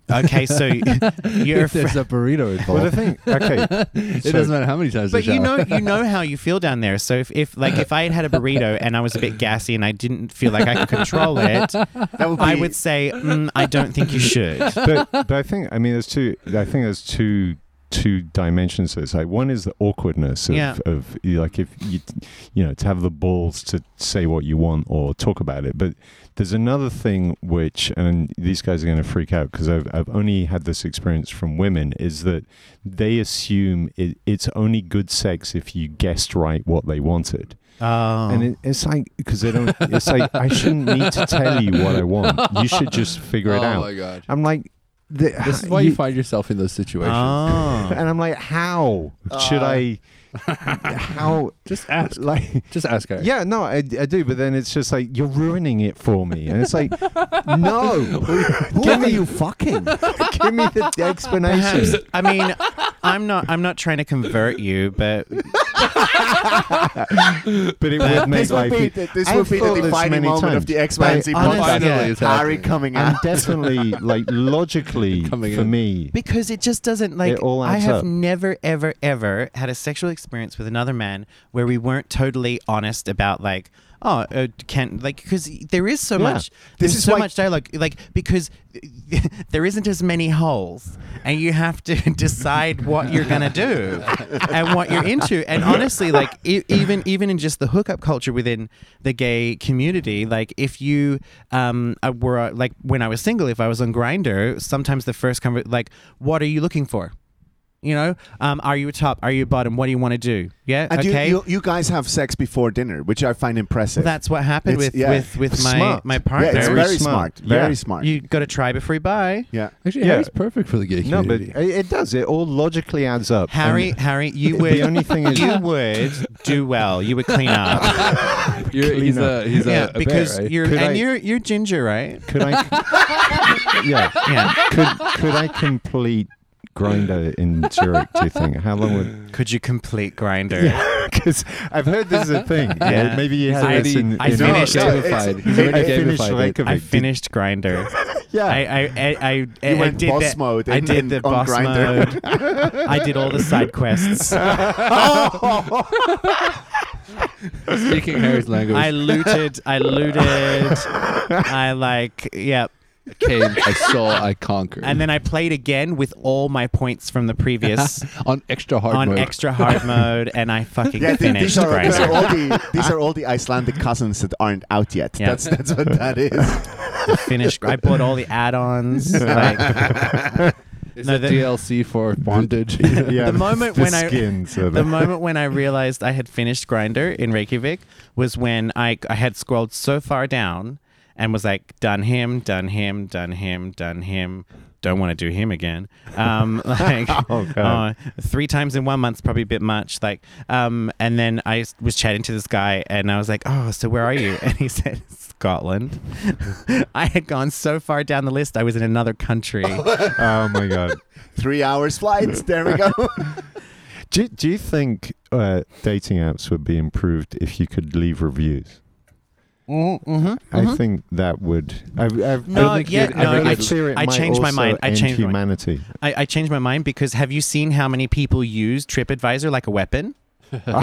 okay, so you're. If Fr- there's a burrito Well, the involved, thing. Okay. it doesn't matter how many times. but they you know shower. you know how you feel down there so if, if like if i had had a burrito and i was a bit gassy and i didn't feel like i could control it That would be, I would say mm, I don't think you should. but, but I think I mean there's two. I think there's two two dimensions to this. Like one is the awkwardness of, Yeah. of like if you you know to have the balls to say what you want or talk about it. But there's another thing which and these guys are going to freak out because I've I've only had this experience from women is that they assume it, it's only good sex if you guessed right what they wanted. Oh, And it, it's like because they don't. It's like I shouldn't need to tell you what I want. You should just figure oh it out. my god, I'm like, the, this is why you, Uh, find yourself in those situations. oh. and I'm like, how should Uh, I? how just ask, like? just ask her. Yeah, no, I, I do, but then it's just like you're ruining it for me, and it's like, no, Who are give me, you fucking? give me the explanation. Perhaps. I mean, I'm not. I'm not trying to convert you, but But it would make this would life. be the, this I've would be the thought this defining many moment times. of the X Men Z But honestly, podcast. yeah. it's Harry happening. coming I'm out. definitely like logically Coming for in. me. because it just doesn't like. It all I adds have up. never, ever, ever had a sexual ex- experience with another man where we weren't totally honest about like oh uh, can like because there is so Yeah. much This there's is so why- much dialogue like because there isn't as many holes and you have to decide what you're gonna do and what you're into and honestly like e- even even in just the hookup culture within the gay community like if you um uh, were uh, like when I was single if I was on Grinder sometimes the first conver- like what are you looking for you know, um, are you a top? Are you a bottom? What do you want to do? Yeah, And you- okay. you, you, guys have sex before dinner, which I find impressive. That's what happened It's- with, yeah. with with my Smart. my yeah, partner. it's Very very smart. smart. Very Yeah. smart. you got to try before you buy. yeah. Actually, Yeah. Harry's perfect for the gay No, but community. it, it does. It all logically adds up. Harry, And Harry, you The would only thing is- you would do well. You would clean up, You're, he's cleaner. a he's yeah, a, a because bear, right? you're Could and I- you're you're ginger, right? could I? yeah. Yeah. Could could I complete grinder in Zurich? Do you think? How long would? Could you complete grinder? Because I've heard this is a thing. Yeah. Yeah. Maybe you It's had already- this in, I in- finished No, it. it's- Gamified. He's I already finished gamified it. Reykjavik. I finished grinder. Yeah. I I I I, I, You I went did boss that- mode I in- did in- the on boss Grindr. mode. I did all the side quests. speaking Harry's language. I looted. I looted. I like yeah. came, I saw, I conquered. And then I played again with all my points from the previous on extra hard on mode. extra hard mode, and I fucking Yeah, th- finished these are, these are Grindr. all the these are all the Icelandic cousins that aren't out yet. Yeah. That's that's what that is. finished. I bought all the add-ons. Like, It's No, a the- DLC for bondage. Yeah. the moment when I skins of the it. moment when I realized I had finished Grinder in Reykjavik was when I I had scrolled so far down and was like, done him, done him, done him, done him. Don't want to do him again. Um, like Oh, God. uh, three times in one month's probably a bit much. Like, um, and then I s- was chatting to this guy, and I was like, "Oh, so where are you?" And he said, "Scotland." I had gone so far down the list, I was in another country. oh my god. Three hours flights. There we go. Do Do you think uh, dating apps would be improved if you could leave reviews? I think that would. I've, I've, No, I think yeah, you'd- no, think I it's ch- clear it I might changed my also mind. I end changed my- humanity. I, I changed my mind because have you seen how many people use TripAdvisor like a weapon? oh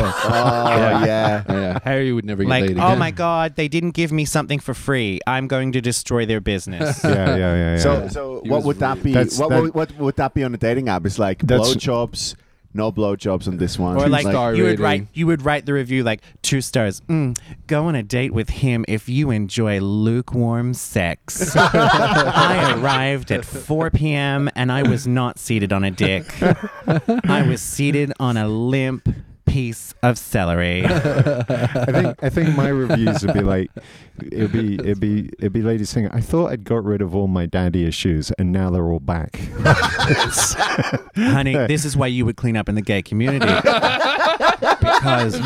yeah. yeah, Harry would never get Like, laid again. oh my God, they didn't give me something for free. I'm going to destroy their business. yeah, yeah, yeah, yeah. So so He what was would that be? That's- What, that- what, what would that be on a dating app? It's like That's- blowjobs. No blowjobs on this one. or like Like- Star you would rating. write you would write the review like two stars. Mm, go on a date with him if you enjoy lukewarm sex. I arrived at 4 p.m. and I was not seated on a dick. I was seated on a limp piece of celery. I think I think my reviews would be like it'd be it'd be it'd be ladies saying I thought I'd got rid of all my daddy issues and now they're all back. honey, this is why you would clean up in the gay community. because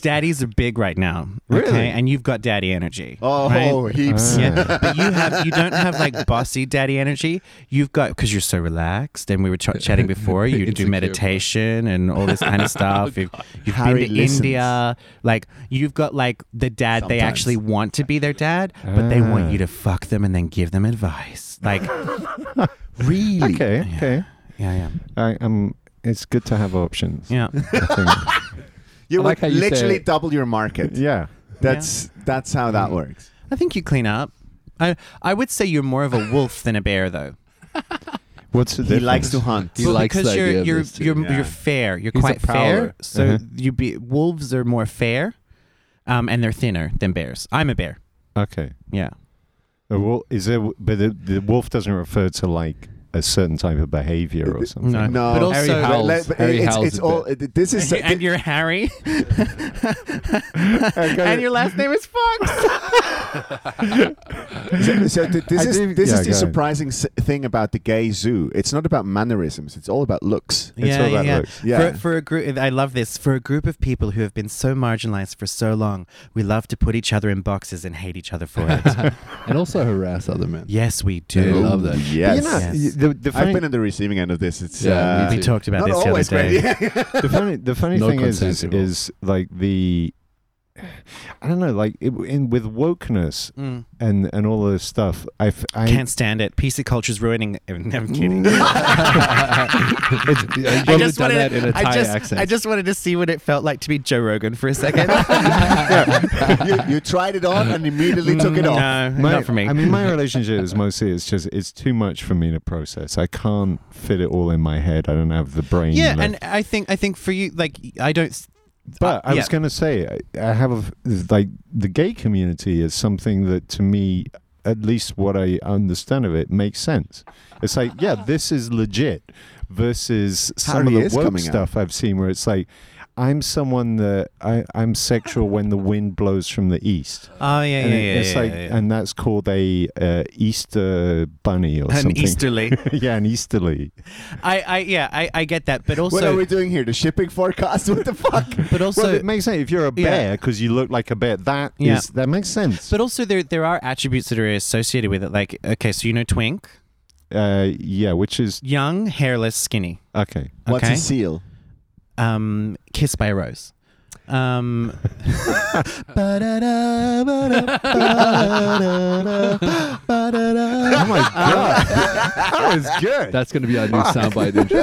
daddies are big right now. Really? Okay? And you've got daddy energy. oh right? Uh, heaps. Yeah, but you have you don't have like bossy daddy energy. You've got because you're so relaxed, and we were ch- chatting before. You do Insecure. meditation and all this kind of stuff. you've you've Harry been to listens. India, like you've got like the dad they Sometimes. actually want to be their dad, but they want Ah. you to fuck them and then give them advice. Like, yeah, Really? okay, okay. yeah, I, um, it's good to have options. yeah. I You I like how would you say literally it. double your think. market. yeah. That's that's how that works. I think you clean up. I I would say you're more of a wolf than a bear, though. What's the He likes to difference? hunt. He likes because the you're idea of you're this too. you're, Yeah. you're fair. You're He's a quite fair. prowler. So Uh-huh. you be wolves are more fair, um, and they're thinner than bears. I'm a bear. Okay. Yeah. The wolf, is there? But the, the wolf doesn't refer to like a certain type of behavior or something. No. No, But also- Harry Howls. let- but Harry it's, howls it's a all. This is and you're Harry. and your last name is Fox. so, so th- this I is do- this is the yeah, go ahead. surprising s- thing about the gay zoo. It's not about mannerisms. It's all about looks. It's all about looks. Yeah. For, for a group, I love this. For a group of people who have been so marginalized for so long, we love to put each other in boxes and hate each other for it. and also harass other men. yes, we I do. love that. But Yes. You know, Yes. the, the funny, I've been at the receiving end of this. It's Yeah, uh, we too. talked about not this the other always day. great. the funny the funny No thing is, is consent involved. is like the I don't know, like it, in with wokeness Mm. and and all this stuff. I f- I Can't stand it. PC culture's ruining. I'm I'm kidding. It's- you I would've just done wanted. that in a I Thai just. accent. I just wanted to see what it felt like to be Joe Rogan for a second. you, you tried it on and immediately took it off. Mm, No, my- not for me. I mean, my relationship is mostly it's just it's too much for me to process. I can't fit it all in my head. I don't have the brain. yeah, left. and I think. I think for you, like, I don't. s- But Uh, I yeah. was going to say, I, I have a, f- like the gay community is something that to me, at least what I understand of it, makes sense. It's like, yeah, this is legit versus some Harry of is the woke coming out. stuff I've seen where it's like, I'm someone that I, I'm sexual when the wind blows from the east. Oh yeah, yeah, and it- yeah. it's yeah, like, yeah, yeah. and that's called a uh, Easter bunny or an something. easterly. yeah, an Easterly. I, I, yeah, I, I get that, but What are also, we doing here? The shipping forecast? What the fuck? but also, well, it makes sense if you're a Yeah. bear because you look like a bear. That is Yeah. that makes sense. but also, there, there are attributes that are associated with it. Like, okay, so you know, twink, Uh, yeah, which is young, hairless, skinny. okay. What's Okay. a seal? Um, kissed by a rose. Um, Oh my god, that was good. That's gonna be our new soundbite. intro.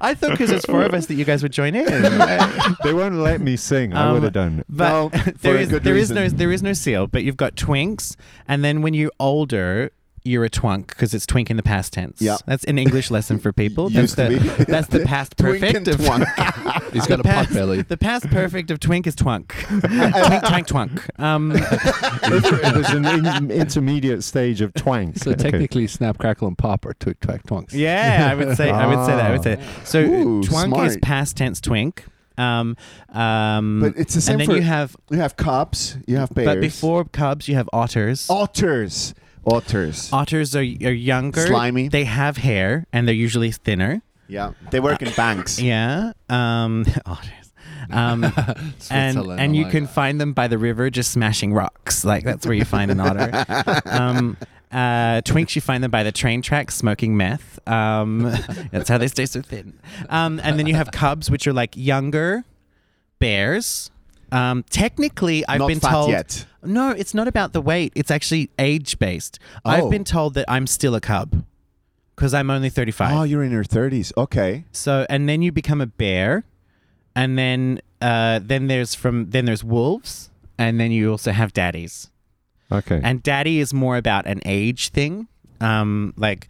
I thought because there's four of us that you guys would join in. they won't let me sing. I Um, would have done. it. But No, for there a is good there is no reason. there is no seal, but you've got twinks, and then when you're older, you're a twunk because it's twink in the past tense. Yeah. that's an English lesson for people. Used That's to the be. that's the past Twink and perfect of twunk. He's got a pot past, belly. The past perfect of twink is twunk. twink, twank, twunk. Um, There's an in- intermediate stage of twang. So technically, snap, crackle, and pop are twig twag twonks. yeah, I would say, I would say that. I would say that. So Ooh, twunk is smart. past tense twink. Um, um, But it's the same And then for- you have, You have cops, you have bears. but before cubs, you have otters. otters. Otters. Otters are, are younger. Slimy. They have hair and they're usually thinner. yeah. They work in banks. Yeah. Um, otters. Um, and oh Switzerland, and I you like can that. find them by the river just smashing rocks. Like that's where you find an otter. um, uh, twinks, you find them by the train tracks smoking meth. Um, that's how they stay so thin. Um, and then you have cubs, which are like younger bears. Um, technically, I've Not been fat told yet. no, it's not about the weight. It's actually age based. Oh. I've been told that I'm still a cub because I'm only 35. Oh, you're in your 30s. Okay. So and then you become a bear, and then uh, then there's from then there's wolves, and then you also have daddies. okay. And daddy is more about an age thing, um, like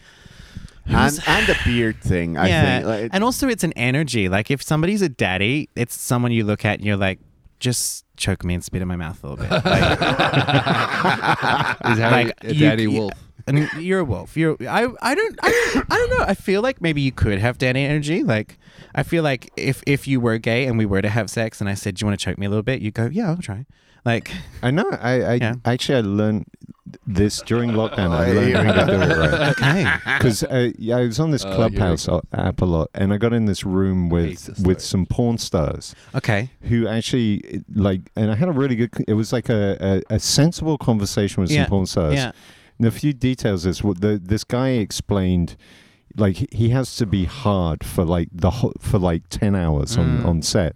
And, and the beard thing, I yeah, think. Like, and also it's an energy. Like if somebody's a daddy, it's someone you look at and you're like, just choke me and spit in my mouth a little bit. He's having Like, a you- daddy you- wolf. And you're a wolf. You're I I don't I, I don't know. I feel like maybe you could have daddy energy. Like I feel like if if you were gay and we were to have sex and I said, "Do you want to choke me a little bit?" You go, "Yeah, I'll try." Like I know. I, I Yeah. actually I learned this during lockdown. I Oh, learned here how we to do it right. okay. because I, yeah, I was on this Oh, clubhouse o- app a lot, and I got in this room Hate with this story. with some porn stars Okay. who actually like, and I had a really good. c- It was like a, a, a sensible conversation with Yeah, some porn stars. Yeah. And a few details is what the this guy explained. Like he- he has to be hard for like the ho- for like ten hours on Mm. on set.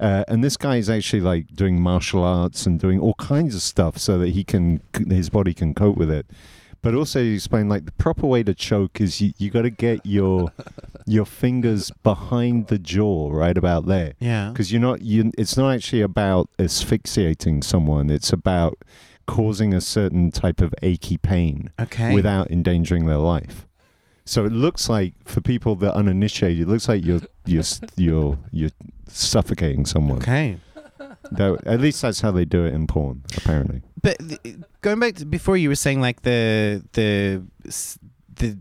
Uh, and this guy is actually like doing martial arts and doing all kinds of stuff so that he can his body can cope with it. But also he explained like the proper way to choke is you, you got to get your your fingers behind the jaw right about there Yeah. because you're not you it's not actually about asphyxiating someone it's about causing a certain type of achy pain Okay. without endangering their life so it looks like for people that are uninitiated it looks like you're you're s- you're you're suffocating someone okay. Though, at least that's how they do it in porn apparently But th- going back to before, you were saying like the the s- the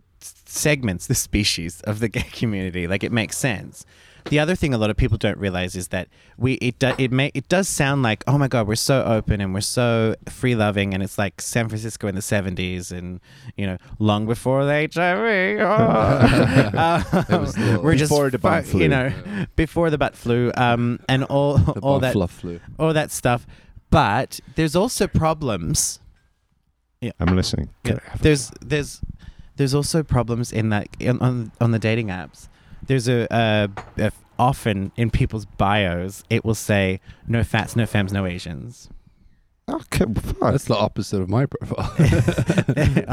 segments, the species of the gay community. Like it makes sense. The other thing a lot of people don't realize is that we it do, it may it does sound like oh my god we're so open and we're so free loving and it's like San Francisco in the seventies and you know long before the HIV. oh. That was the- we're just Before the fi- bat flu. you know before the bat flu um, and all The all that buffalo flu. all that stuff. But there's also problems. i'm listening Yeah. There's there's there's also problems in that in, on on the dating apps. There's a, a, a often in people's bios, it will say no fats, no femmes, no Asians. Oh, Okay, fuck. That's the opposite of my profile.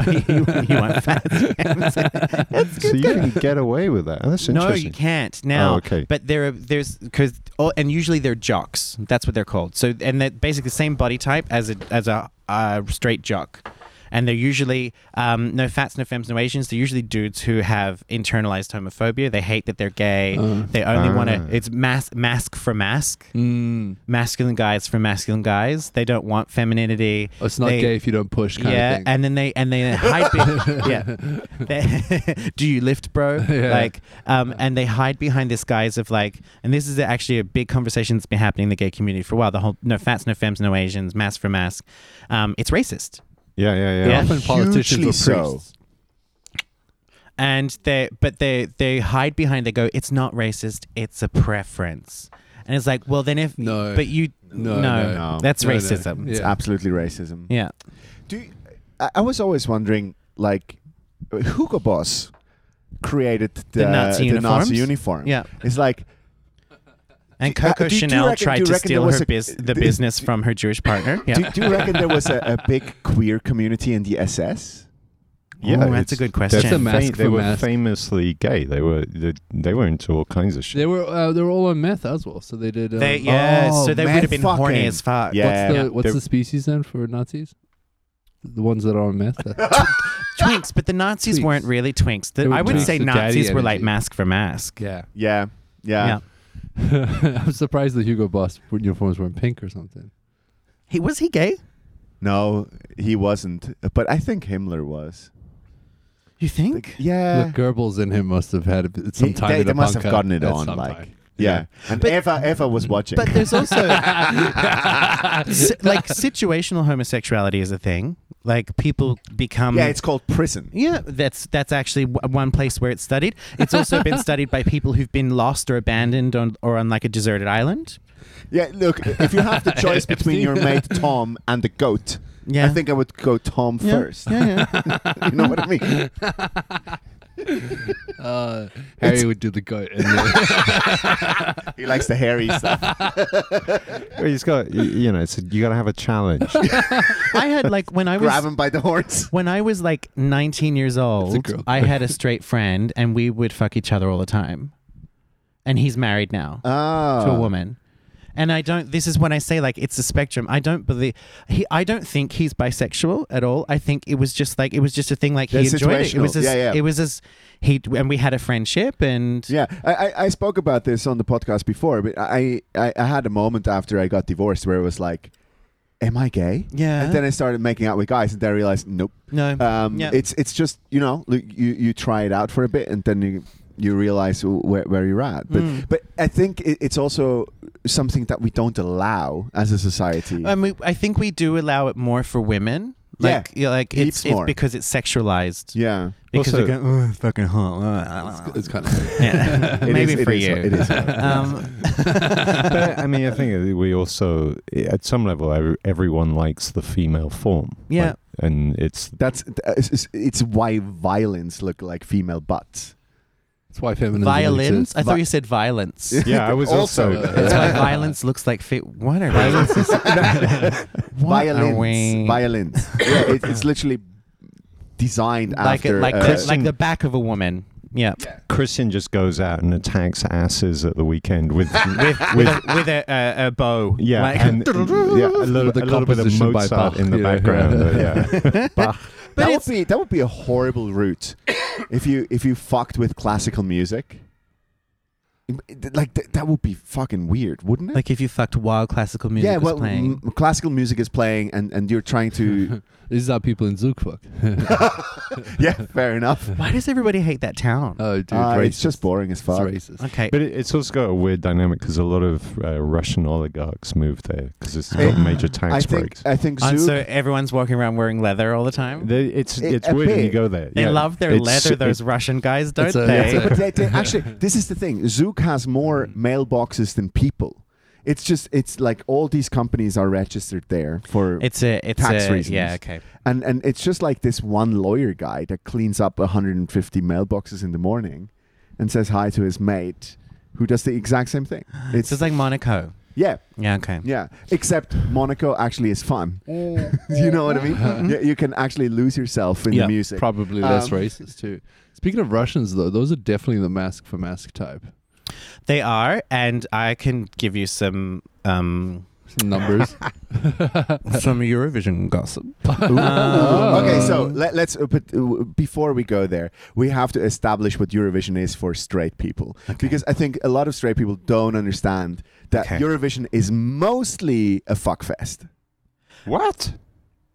you, you want fats? femmes? so you can get away with that. That's no, interesting. you can't now. Oh, okay. But there, are, there's because oh, and usually they're jocks. That's what they're called. So and they're basically the same body type as a as a uh, straight jock. And they're usually um, no fats, no femmes, no Asians. They're usually dudes who have internalized homophobia. They hate that they're gay. Uh. they only want Ah. to. It's mas- mask for mask. mm. masculine guys for masculine guys. They don't want femininity. Oh, it's not They- gay if you don't push. Kind yeah, of thing. and then they and they hide. Be- yeah, They- do you lift, bro? Yeah. Like, um, and they hide behind this guise of like, and this is actually a big conversation that's been happening in the gay community for a while. The whole no fats, no femmes, no Asians, mask for mask. Um, it's racist, yeah, yeah, yeah. Yeah. Often politicians Hugely were so. priests. and they but they they hide behind. They go, it's not racist. It's a preference. And it's like, well, then if No. but you No, no, no. No, that's no. racism. It's Yeah. absolutely racism. yeah. Do you, I, I was always wondering, like, Hugo Boss created the, The Nazi the Nazi uniforms? uniform. Yeah. It's like And Do- uh, Coco do- do you Chanel reckon- do tried you to reckon there steal was her a- bus- the do- business from her Jewish partner. Yeah. Do, do you reckon there was a, a big queer community in the SS? Ooh, that's it's- a good question. That's a fam- mask they for were mask. famously gay. They were they, they were into all kinds of shit. They were uh, they were all on meth as well, so they did. Um, They, yeah, Oh, so they would man, have been horny fucking- as fuck. Yeah. What's the Yeah. what's They're- the species then for Nazis? The ones that are on meth. Twinks, but the Nazis Twinks. weren't really twinks. The- They were I would twinks. say The daddy Nazis were like energy. mask for mask. yeah. Yeah. Yeah. Yeah. I'm surprised the Hugo Boss uniforms weren't pink or something. He was he gay? No, he wasn't. But I think Himmler was. You Like, think? yeah. the Goebbels in him must have had a, Uh, some He- time. they, in a they must have bunker gotten it at on, some like. time. Yeah. And But- Eva, Eva was watching. But there's also S- like situational homosexuality is a thing. Like people become yeah, it's called prison. Yeah, that's that's actually w- one place where it's studied. It's also been studied by people who've been lost or abandoned on, or on like a deserted island. Yeah, look, if you have the choice between your mate Tom and the goat, Yeah, I think I would go Tom Yeah. first. Yeah, yeah. you know what I mean? Uh, Harry would do the goat. And the, He likes the hairy stuff. Well, he's got you, you know. It's you got to have a challenge. I had like when I was Grab him by the horns. when I was like 19 years old, girl. I had a straight friend and we would fuck each other all the time. And he's married now Ah. to a woman. And I don't this is when I say like it's a spectrum. I don't believe he I don't think he's bisexual at all. I think it was just like it was just a thing like he That's enjoyed it. It was situational. just, Yeah, yeah. it was as he and we had a friendship and Yeah, I, I, I spoke about this on the podcast before, but I, I, I had a moment after I got divorced where it was like, am I gay? Yeah. And then I started making out with guys, and then I realized, nope. no. Um, yeah. It's it's just you know look, you you try it out for a bit, and then you you realize where, where you're at. But Mm. but I think it, it's also something that we don't allow as a society. I mean, I think we do allow it more for women. Yeah. Like, yeah, like Heaps it's, it's more. because it's sexualized. yeah. Because Also- they go, oh, it's fucking hot. it's kind of Yeah. It Maybe is- for it is- you. it is. Um, but I mean, I think we also, eh, at some level, ev- everyone likes the female form. Yeah. Like, and it's That's uh, it's, it's- it's why violins look like female butts. that's why feminism violins. Exists. I thought you said violence. yeah. I was also, Also, uh, That's why violence looks like fit. What are violence? Is, what are we? Violins, violins. yeah, it, it's literally designed Like after it, like uh, like the back of a woman. Yeah. Christian just goes out and attacks asses at the weekend with With with a, with a, a, a bow. yeah, Like- and, yeah, a little, With the a little bit of composition by Mozart Bach, in the yeah. background. uh, yeah. Bach. that would be that would be a horrible route if you if you fucked with classical music. Like th- that would be fucking weird, wouldn't it? Like if you fucked while classical music yeah, was well, playing. m- classical music is playing, and, and you're trying to. This is how people in Zook fuck. yeah, fair enough. Why does everybody hate that town? Oh, dude, Uh, racist. it's just boring as It's fuck. racist. okay. But it, it's also got a weird dynamic because a lot of uh, Russian oligarchs moved there because it's got Hey, major I tax think breaks. I think And Zouk Uh, so everyone's walking around wearing leather all the time. They- it's It- it's a weird when you bit. go there. um, They yeah. love their It's- leather, those it- Russian guys, don't a- they? it's a- but they, they actually this is the thing zook has more mailboxes than people it's just it's like all these companies are registered there for It's a it's Tax a reasons. yeah okay. and and it's just like this one lawyer guy that cleans up 150 mailboxes in the morning and says hi to his mate who does the exact same thing. It's This is like Monaco. yeah, Yeah, okay. yeah. Except Monaco actually is fun. you know what I mean? Yeah, you can actually lose yourself in Yeah, the music. Probably less Um, racist too. Speaking of Russians, though, those are definitely the mask for mask type They are, and I can give you some um numbers. some Eurovision gossip. Ooh. Um, okay, so let, us Uh, but uh, before we go there, we have to establish what Eurovision is for straight people, because I think a lot of straight people don't understand that Okay. Eurovision is mostly a fuckfest. What?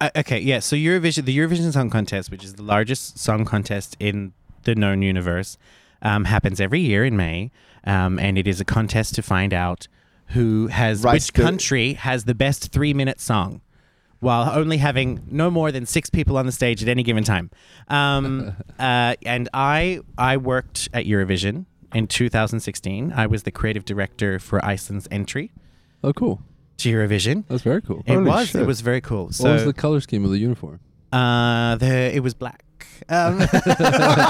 Uh, okay, yeah. So Eurovision, the Eurovision Song Contest, which is the largest song contest in the known universe, um, happens every year in May, um, and it is a contest to find out who has Right, which the- country has the best three-minute song, while only having no more than six people on the stage at any given time. Um, uh, and I, I worked at Eurovision in 2016. I was the creative director for Iceland's entry oh, cool. to Eurovision. That's very cool. It Holy was. shit. It was very cool. So what was the color scheme of the uniform? uh, the it was black. Um,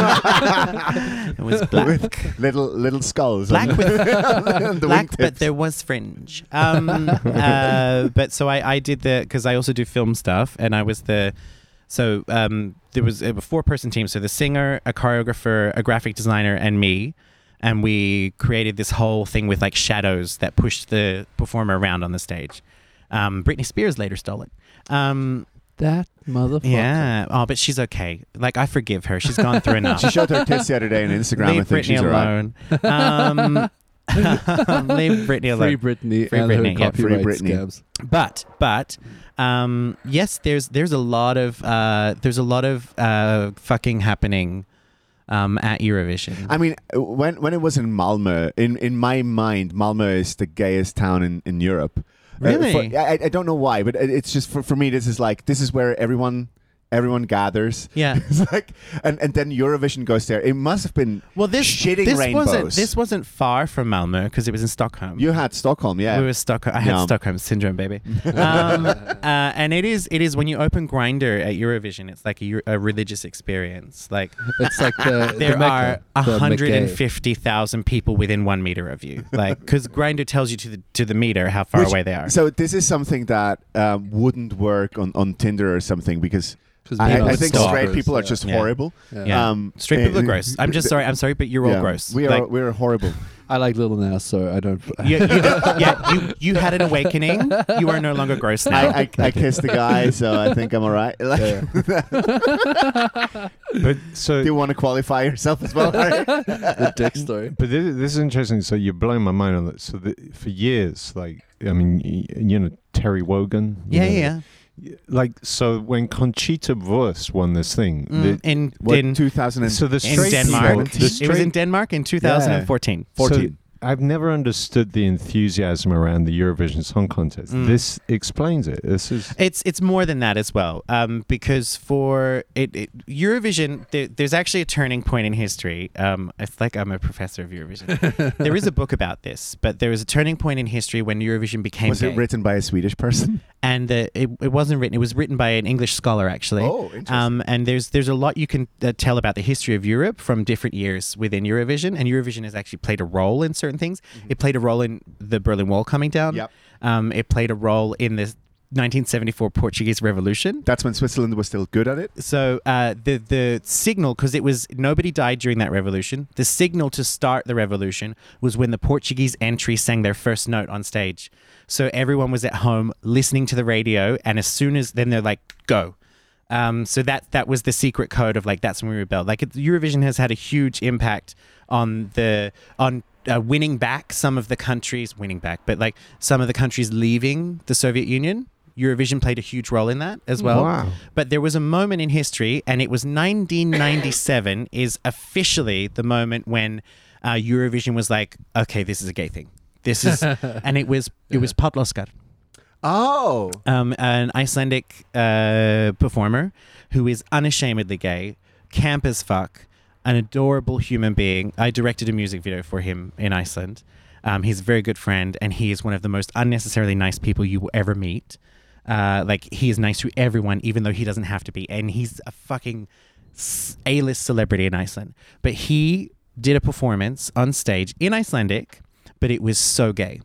it was black, with little little skulls. black and- with and the black, wingtips. but there was fringe. Um, uh, but so I, I did the because I also do film stuff, and I was the so um, there was a four person team. So the singer, a choreographer, a graphic designer, and me. And we created this whole thing with like shadows that pushed the performer around on the stage. Um, Britney Spears later stole it. Um, That motherfucker. yeah. Oh, but she's okay. Like I forgive her. She's gone through enough. She showed her tits the other day on Instagram. I think leave Brittany she's alright. alone. Um, leave Britney Free alone. Britney Free and Britney, her yeah. Free copyright Britney. scams. but but um, yes, there's there's a lot of uh, there's a lot of uh, fucking happening um, at Eurovision. I mean, uh, when when it was in Malmö, in, in my mind, Malmö is the gayest town in, in Europe. Uh, Really? for- I, I- I don't know why, but it- it's just for, for me. This is like this is where everyone everyone gathers. yeah. it's like, and, and then Eurovision goes there. It must have been. Well, this Shitting this wasn't rainbows. this wasn't far from Malmo because it was in Stockholm. You had Stockholm, yeah. We were Stockholm. I had Yeah. Stockholm syndrome, baby. um, uh, and it is it is when you open Grinder at Eurovision, it's like a, Eu- a religious experience. Like It's like the there the are Mecca, the Mecca. 150,000 people within one meter of you. Like, because Grinder tells you to the to the meter how far Which- away they are. So this is something that um, wouldn't work on, on Tinder or something because 'Cause I, people I are think stalkers, straight people are yeah. just Yeah. horrible. Yeah. Yeah. Um, Straight people uh, are gross. I'm just sorry. I'm sorry, but you're yeah. all gross. We are Like, we are horrible. I like Little Nas, so I don't. you, you don't- yeah, you, you had an awakening. You are no longer gross now. I, I, I kissed the guy, so I think I'm all right. Like, But so Do you want to qualify yourself as well? Harry? the dick story. But this, this is interesting. So you're blowing my mind on that. So the, for years, like I mean, y- you know Terry Wogan. you yeah, know, yeah. y- Like so, when Conchita Wurst won this thing, Mm, the, in what, in, 2000 and so the in straight Denmark. people, the It was in straight- Denmark in 2014. so 14. I've never understood the enthusiasm around the Eurovision Song Contest. Mm. This explains it. This is It's it's more than that as well, um, because for it, it Eurovision, there, there's actually a turning point in history. Um, it's like I'm a professor of Eurovision. there is a book about this, but there was a turning point in history when Eurovision became was gay. it written by a Swedish person? and the, it, it wasn't written. It was written by an English scholar actually. Oh, interesting. Um, and there's there's a lot you can uh, tell about the history of Europe from different years within Eurovision, and Eurovision has actually played a role in certain things. It played a role in the Berlin Wall coming down. Mm-hmm. Yep. Um, it played a role in the 1974 Portuguese Revolution. That's when Switzerland was still good at it. So uh, the the signal, because it was nobody died during that revolution. The signal to start the revolution was when the Portuguese entry sang their first note on stage. So everyone was at home listening to the radio, and as soon as then they're like, go. Um, so that that was the secret code of like that's when we rebelled. Like it, Eurovision has had a huge impact on the on uh, winning back some of the countries winning back, but like some of the countries leaving the Soviet Union. Eurovision played a huge role in that as well. wow. But there was a moment in history, and it was 1997 is officially the moment when uh, Eurovision was like, okay, this is a gay thing. This is, and it was it was Pablo Oscar, Oh, um, an Icelandic uh, performer who is unashamedly gay, camp as fuck, an adorable human being. I directed a music video for him in Iceland. Um, he's a very good friend, and he is one of the most unnecessarily nice people you will ever meet. Uh, like he is nice to everyone, even though he doesn't have to be, and he's a fucking s- A-list celebrity in Iceland. But he did a performance on stage in Icelandic, but it was so gay.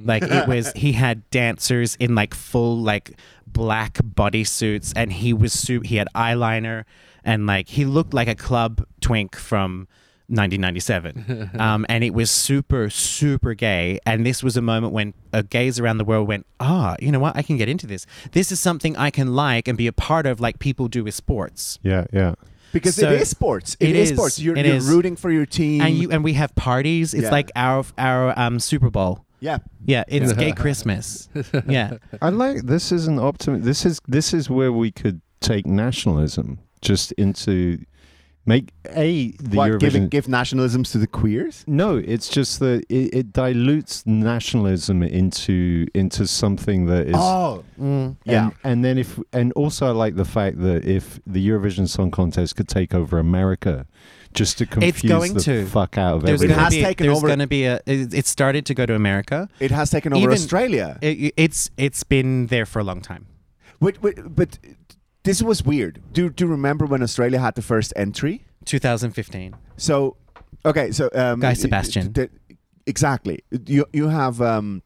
Like it was, he had dancers in like full like black bodysuits, and he was su- he had eyeliner, and like he looked like a club twink from 1997, um, and it was super super gay. And this was a moment when uh, gays around the world went, ah, you know what, I can get into this. This is something I can like and be a part of, like people do with sports. Yeah, yeah. because So- it is sports. It it is, is. sports. You're, It you're is. rooting for your team. and you and we have parties. It's Yeah. like our our um, Super Bowl. yeah. Yeah, it's gay Christmas. Yeah, I like this is an optimum. This is this is where we could take nationalism just into make a the What, Eurovision. giving, give nationalisms to the queers? no, it's just that it, it dilutes nationalism into into something that is. oh, yeah. And, and then if and also I like the fact that if the Eurovision Song Contest could take over America, just to confuse going the to. fuck out of there's It everyone. gonna has be taken there's over- gonna be a it, it started to go to America. It has taken over Even- Australia. It, it's it's been there for a long time. Wait, wait, but this was weird. Do, do you remember when Australia had the first entry? 2015. So, okay, so um, Guy Sebastian. th- th- exactly. You you have um,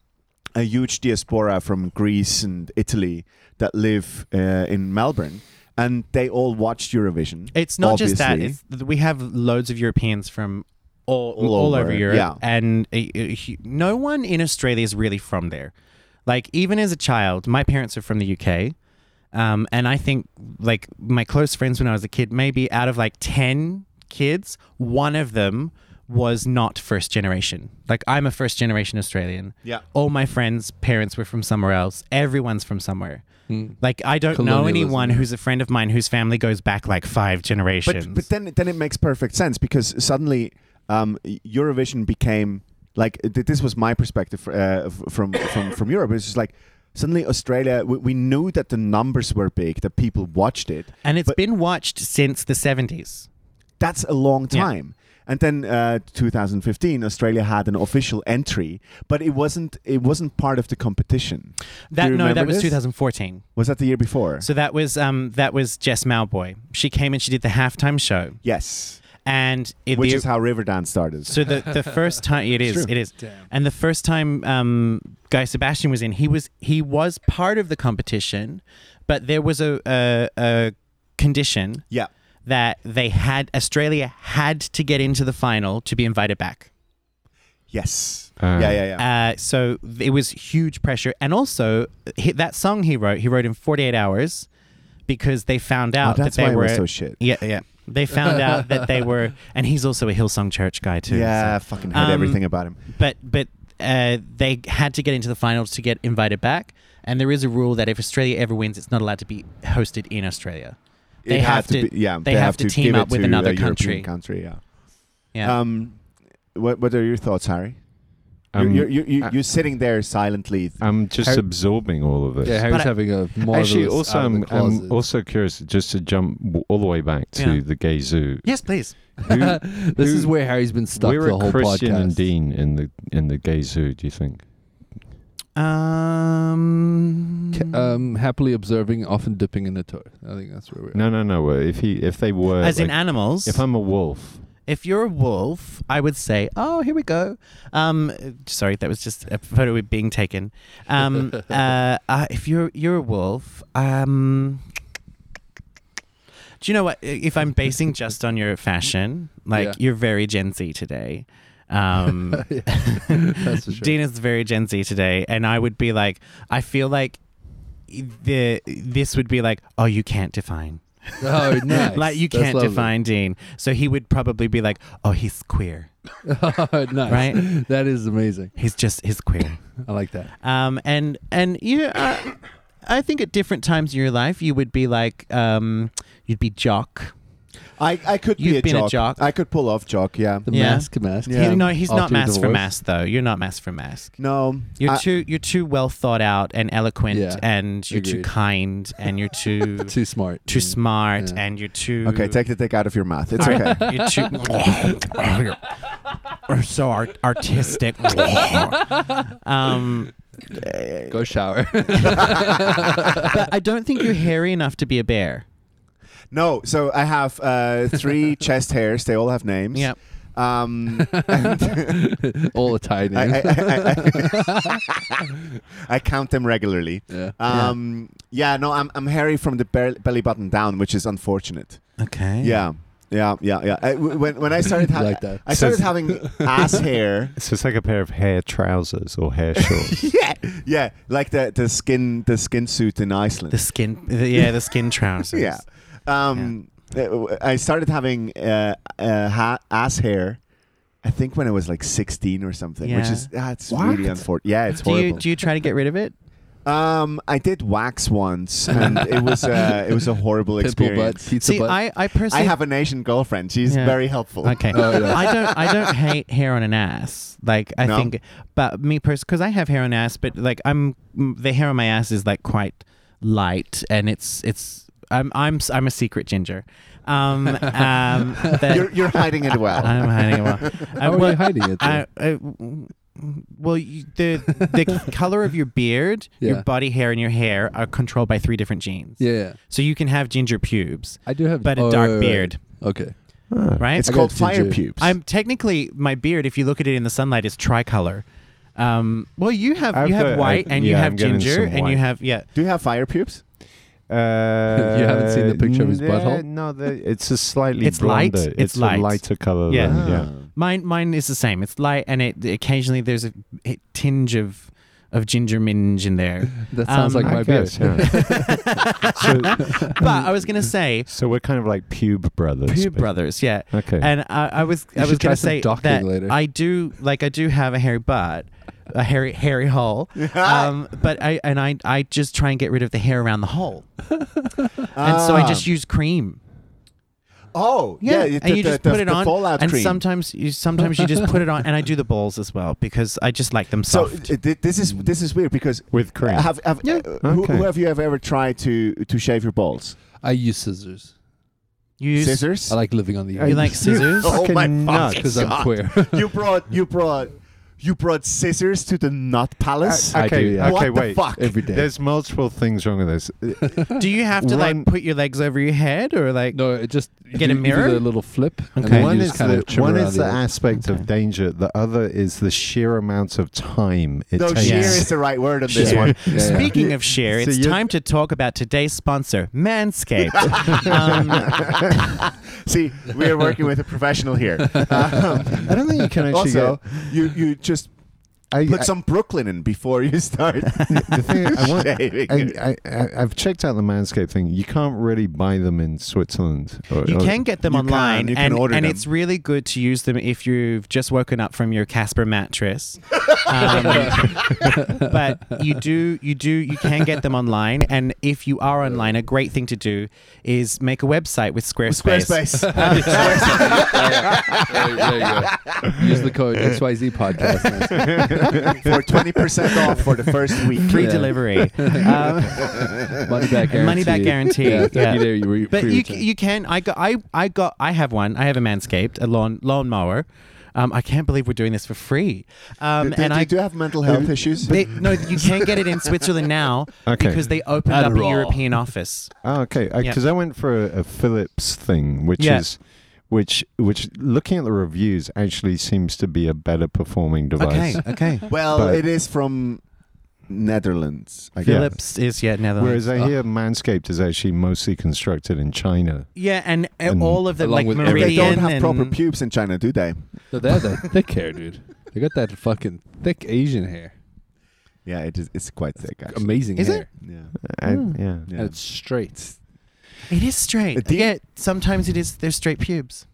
a huge diaspora from Greece and Italy that live uh, in Melbourne, and they all watched Eurovision. It's not just that. obviously. It's, we have loads of Europeans from all all, All over, over, Europe, yeah. and uh, uh, hu- no one in Australia is really from there. Like even as a child, my parents are from the UK, um, and I think like my close friends when I was a kid, maybe out of like ten kids, one of them was not first generation. Like I'm a first generation Australian. Yeah. All my friends' parents were from somewhere else. Everyone's from somewhere. Hmm. Like I don't know Colonialism. anyone who's a friend of mine whose family goes back like five generations. But, but then then it makes perfect sense because suddenly um, Eurovision became like th- this was my perspective uh, f- from from from Europe. It's just like suddenly Australia. We, we knew that the numbers were big, that people watched it. and it's but- been watched since the 70s. That's a long Yeah. time. And then uh, 2015, Australia had an official entry, but it wasn't it wasn't part of the competition. That you no, that remember was this? 2014. Was that the year before? So that was um that was Jess Malboy. She came and she did the halftime show, yes, and it, which the- is how Riverdance started. so the the first time it is true. it is, Damn. and the first time um Guy Sebastian was in, he was he was part of the competition, but there was a a, a condition yeah, that they had Australia had to get into the final to be invited back. yes, Ah. yeah, yeah, yeah. Uh, so th- it was huge pressure, and also he, that song he wrote, he wrote in 48 hours because they found Oh, out that that's they why it were was so shit. yeah yeah they found out that they were, and he's also a Hillsong Church guy too. Yeah, I so- fucking heard Um, everything about him. but but uh, they had to get into the finals to get invited back, and there is a rule that if Australia ever wins, it's not allowed to be hosted in Australia. They It had have to- be, yeah, they have to team give up it with to another a European country. Country, yeah. Yeah, Um, what what are your thoughts, Harry? You're- I'm, you're, you're, you're, I- you're sitting there silently. Um, I'm just How- absorbing all of this. Yeah, Harry's But I- having a marvelous Actually, also, out of the I'm, I'm closet. also curious just to jump w- all the way back to Yeah. the gay zoo. yes, please. Who- this who- is where Harry's been stuck where the are whole Christian podcast. and Dean in the in the gay zoo? Do you think? Um, Ca- Um, happily observing, often dipping in the toe. I think that's where we're. No, no, no. well, If he, if they were, as in like, animals. if I'm a wolf, if you're a wolf, I would say, oh, here we go. Um, sorry, that was just a photo of being taken. Um, uh, uh, if you're you're a wolf, um, do you know what? If I'm basing just on your fashion, like Yeah. you're very Gen Z today. Um, yeah, that's for sure. Dean is very Gen Z today, and I would be like, I feel like the this would be like, oh, you can't define. Oh, nice. Like you That's can't lovely. define Dean, so he would probably be like, "Oh, he's queer. oh, nice. Right? That is amazing. He's just he's queer." I like that. um, and and you, uh, I think at different times in your life, you would be like, um, you'd be jock. I, I could be You've a been a jock. jock. I could pull off jock. Yeah. The Yeah. mask, mask. Um, Yeah. He- no, he's not After mass for divorce. mass though. You're not mass for mass. No. You're I- too you're too well thought out and eloquent, Yeah. and you're too Agreed. kind, and you're too too, Too smart. Mm. smart, Yeah. and you're too okay, take the dick out of your mouth. It's All right. okay. You're too. You're so art- artistic. um, Go shower. but I don't think you're hairy enough to be a bear. No, so I have uh, three chest hairs. They all have names. Yeah. Um, All Italian. I, I, I, I- I count them regularly. yeah. Um, yeah. no, I'm, I'm hairy from the bel- belly button down, which is unfortunate. Okay. Yeah, yeah, yeah, yeah. I, w- when, when I started, ha- like that. I started So- having ass hair. So it's like a pair of hair trousers or hair shorts. yeah, yeah, like the the skin the skin suit in Iceland. The skin. The, yeah, the skin trousers. yeah. Um, uh, I started having uh, uh, ha- ass hair. I think when I was like 16 or something, which Yeah. is that's What? really unfortunate. Yeah, it's Do horrible. you do you try to get rid of it? um, I did wax once, and it was uh, it was a horrible Pimple butt, experience. pizza See, butt. I I I personally have an Asian girlfriend. She's Yeah. very helpful. Okay. Oh, yeah. I don't I don't hate hair on an ass. Like I No? think but me personally cuz I have hair on ass but like I'm m- the hair on my ass is like quite light and it's it's I'm I'm s- I'm a secret ginger. Um um that- You're, you're hiding it well. I'm hiding it well. How I- are well, you hiding it? I, though? I- well, you, the the color of your beard, Yeah. your body hair, and your hair are controlled by three different genes. yeah, yeah. So you can have ginger pubes, I do have, but a oh, dark right, right, beard, right. Okay. Ah. right? It's I got called fire ginger. pubes. I'm technically my beard. If you look at it in the sunlight, is tricolor. Um, well, you have I've you have got- white I- and you yeah, have I'm getting ginger some and you white. have yeah. Do you have fire pubes? Uh, You haven't seen the picture of his yeah, butthole? No, the, it's a slightly It's light, blonder- it's a light. lighter color. Yeah. Than, yeah. Mine mine is the same. It's light and it occasionally there's a, a tinge of of ginger minge in there. That sounds Um, like I my guess, beard. yeah. but I was gonna say So we're kind of like pube brothers. pube but- brothers, yeah. Okay. And I, I was You I was should try gonna some say docking that later. I do like I do have a hairy butt, a hairy hairy hole. Ah! um, but I and I I just try and get rid of the hair around the hole, and so I just use cream. Ah. Oh, yeah. Yeah, you and did you the, just the- put it the on, Fallout and cream. sometimes you sometimes you just put it on, and I do the balls as well because I just like them so soft. uh, thi- this is this is weird because with cream. have, have, Yeah. uh, who, Okay. who have you ever, ever tried to to shave your balls? I use scissors. you use, Scissors? I like living on the I- you edge like scissors? Oh Fucking my nuts. fucking because I'm God. queer. you brought you brought you brought scissors to the nut palace. I- okay, do, yeah. okay, what wait. the fuck? Every day. There's multiple things wrong with this. do you have to One- like put your legs over your head or like? No, it just you Get a do- you do mirror? the little flip. And Okay. then Uh, one you is just kind the, of trim one around is the edge. aspect Okay. of danger. The other is the sheer amount of time it no, takes. sheer Yeah. is the right word on this Sheer. one. Yeah, yeah. Speaking of share, So it's you're- time to talk about today's sponsor, Manscaped. um, See, we are working with a professional here. Um, I don't think you can actually also, get. you you just I, put I- some Brooklyn in before you start the thing I want, shaving. I, I, I, I've checked out the Manscaped thing. You can't really buy them in Switzerland. Or, you or- can get them You can, online, you can and, order and them. it's really good to use them if you've just woken up from your Casper mattress. Um, but you do, you do, you can get them online, and if you are online, a great thing to do is make a website with Squarespace. There, there you go. Use the code XYZ podcast. for twenty percent off for the first week. Free Yeah. delivery, um, Money back guarantee. money back guarantee. Yeah, Yeah, thirty day re- But you, pre-return. c- you can. I got. I, I got. I have one. I have a Manscaped, a lawn lawn mower. Um, I can't believe we're doing this for free. Um, Do- do, and do I you do have mental health issues? They, no, you can't get it in Switzerland now Okay. because they opened up a Adderall. European office. Oh, okay. Yeah. Because I went for a, a Philips thing, which Yeah. is, which, which, looking at the reviews, actually seems to be a better performing device. Okay, okay. well, But- it is from Netherlands. I guess. Philips is yeah Netherlands. Whereas I Uh-huh. hear Manscaped is actually mostly constructed in China. yeah, and, and And all of them along like with But Meridian everything. they don't have and proper pubes in China, do they? No, they're the thick hair, dude. They got that fucking thick Asian hair. Yeah, it is. It's quite thick. Actually. Amazing Is hair. it? Yeah. I- Hmm. yeah. yeah. And it's straight. It is straight. Do you- yeah, sometimes it is. They're straight pubes.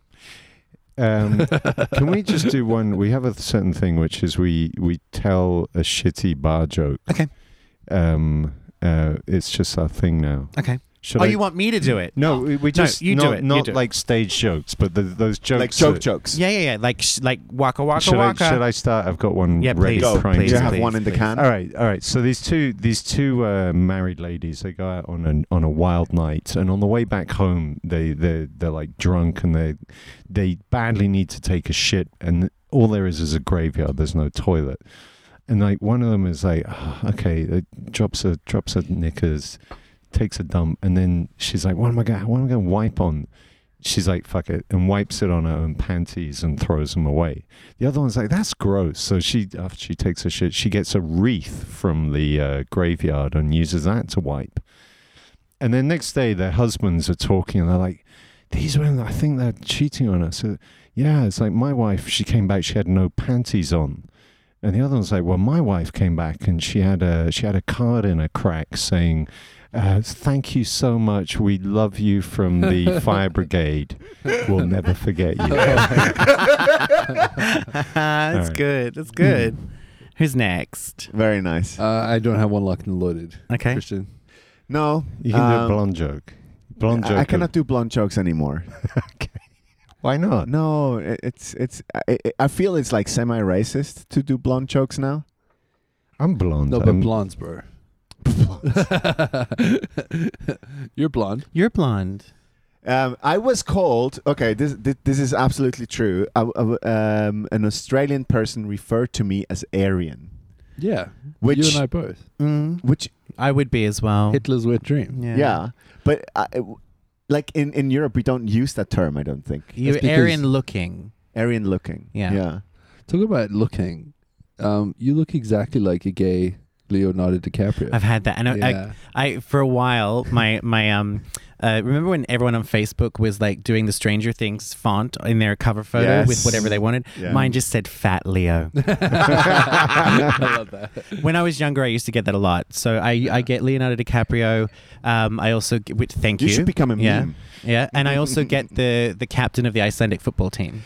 Um, can we just do one? We have a certain thing, which is we we tell a shitty bar joke. Okay. Um, uh, it's just our thing now. Okay. Should oh, I? you want me to do it? no, we, we No, just you do not, it, you not do it. like stage jokes, but the, those jokes. like joke that- jokes. Yeah, yeah, yeah. Like sh- like waka waka Should I, waka. should I start? I've got one Yeah, ready. please, Go. primed. Do please, you have please, one in the please. can? All right, all right. So these two these two uh, married ladies they go out on an on a wild night, and on the way back home they they they're like drunk and they they badly need to take a shit, and all there is is a graveyard. There's no toilet, and like one of them is like, "Ah, okay, uh, drops her drops her knickers, takes a dump, and then she's like, what am I going? What am I going to wipe on? she's like, fuck it, and wipes it on her own panties and throws them away. The other one's like, that's gross. So she, after she takes her shit, she gets a wreath from the uh, graveyard and uses that to wipe. And then next day, their husbands are talking and they're like, these women, I think they're cheating on us. So, yeah, it's like my wife, she came back, she had no panties on. And the other one's like, well, my wife came back and she had a she had a card in a crack saying, uh, "Thank you so much. We love you from the fire brigade. We'll never forget you." That's Alright. good. That's good. Who's next? Very nice. Uh, I don't have one locked and loaded. Okay. Christian. no, You can do a um, blonde joke. Blonde joke. I, I of- cannot do blonde jokes anymore. Why not? No, it, it's it's. I, I- I feel it's like semi-racist to do blonde jokes now. I'm blonde. No, but I'm- blondes, bro. You're blonde. You're blonde. Um, I was called. Okay, this this, this is absolutely true. I, I, um, an Australian person referred to me as Aryan, Yeah. which you and I both. Mm, which I would be as well. Hitler's wet dream. yeah. yeah. but I, like in in Europe we don't use that term. I don't think You're That's because- Aryan looking. Aryan looking. Yeah. yeah. Talk about looking. Um, you look exactly like a gay Leonardo DiCaprio. I've had that. And I, I- yeah. I for a while my my um uh, remember when everyone on Facebook was like doing the Stranger Things font in their cover photo with Yes. whatever they wanted? Yeah. Mine just said Fat Leo. I love that. when I was younger, I used to get that a lot. So I I get Leonardo DiCaprio. Um, I also get, which, thank You you. should become a meme. Yeah. yeah, and I also get the the captain of the Icelandic football team.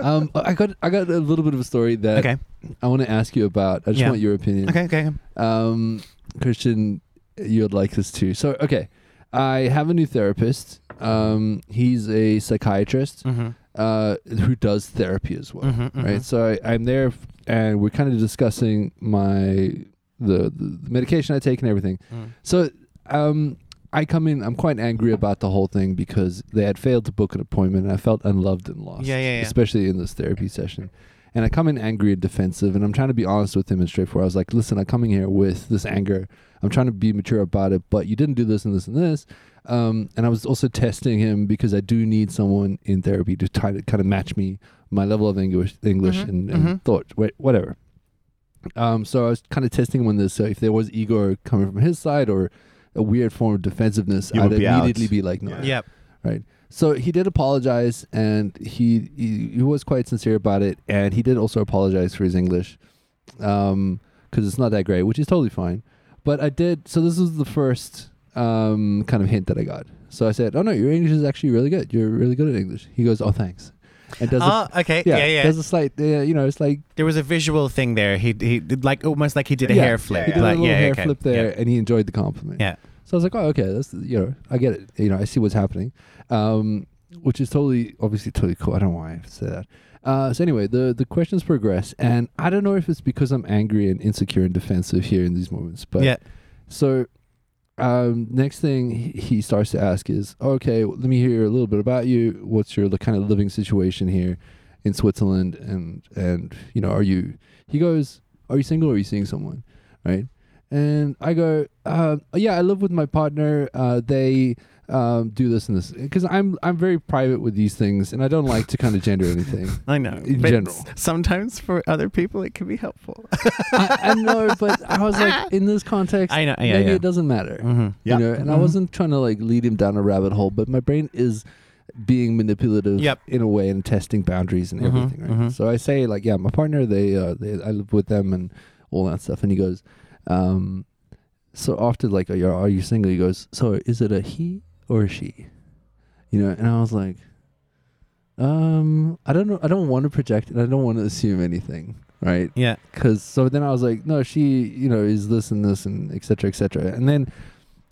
Um, I got I got a little bit of a story that Okay, I want to ask you about. I just Yeah. want your opinion. okay, okay. Um, Christian, you'd like this too. So, okay, I have a new therapist. Um, he's a psychiatrist Mm-hmm. uh, who does therapy as well. Mm-hmm, Right. So I, I'm there, f- and we're kind of discussing my the, the medication I take and everything. Mm-hmm. So um, I come in. I'm quite angry about the whole thing because they had failed to book an appointment, and I felt unloved and lost. Yeah, yeah, yeah. Especially in this therapy session. And I come in angry and defensive, and I'm trying to be honest with him and straightforward. I was like, "Listen, I'm coming here with this anger. I'm trying to be mature about it, but you didn't do this and this and this." Um, and I was also testing him because I do need someone in therapy to try to kind of match me, my level of English, English, Mhm, and, and mhm. thought, wait, whatever. Um, so I was kind of testing him on this. So if there was ego coming from his side or a weird form of defensiveness, You I'd would be out. immediately be like, no. Yeah. Yep. So he did apologize, and he, he he was quite sincere about it, and he did also apologize for his English, um, because it's not that great, which is totally fine. But I did. So this was the first um kind of hint that I got. So I said, "Oh no, your English is actually really good. You're really good at English." He goes, "Oh, thanks." And does a, Oh, okay. Yeah, yeah. There's a slight, uh, you know, it's like There was a visual thing there. He he did like almost like he did a Yeah, hair flip. He did like, a little yeah, hair okay. flip there, and he enjoyed the compliment. Yeah. So I was like, oh, okay, that's you know, I get it. You know, I see what's happening, um, which is totally, obviously, totally cool. I don't know why I have to say that. Uh, so anyway, the the questions progress, and I don't know if it's because I'm angry and insecure and defensive here in these moments, but Yeah. So. Um, next thing he- he starts to ask is, okay, let me hear a little bit about you. What's your li- kind of living situation here in Switzerland? And, and, you know, are you, he goes, are you single or are you seeing someone? Right. And I go, uh, yeah, I live with my partner. Uh, they um, do this and this because I'm I'm very private with these things, and I don't like to kind of gender anything. I know. In but general. s- Sometimes for other people it can be helpful. I, I know, but I was like, in this context, I know. Yeah, maybe yeah. it doesn't matter. Mm-hmm. Yeah. You know, and I Mhm. wasn't trying to like lead him down a rabbit hole, but my brain is being manipulative Yep. in a way and testing boundaries and Mhm, everything. Right. mhm. So I say like, yeah, my partner, they, uh, they, I live with them and all that stuff. And he goes, um, so after like, are you, are you single? He goes, so is it a he or a she? You know, and I was like, um, I don't know. I don't want to project and I don't want to assume anything. Right. Yeah. Cause so then I was like, no, she, you know, is this and this and et cetera, et cetera. And then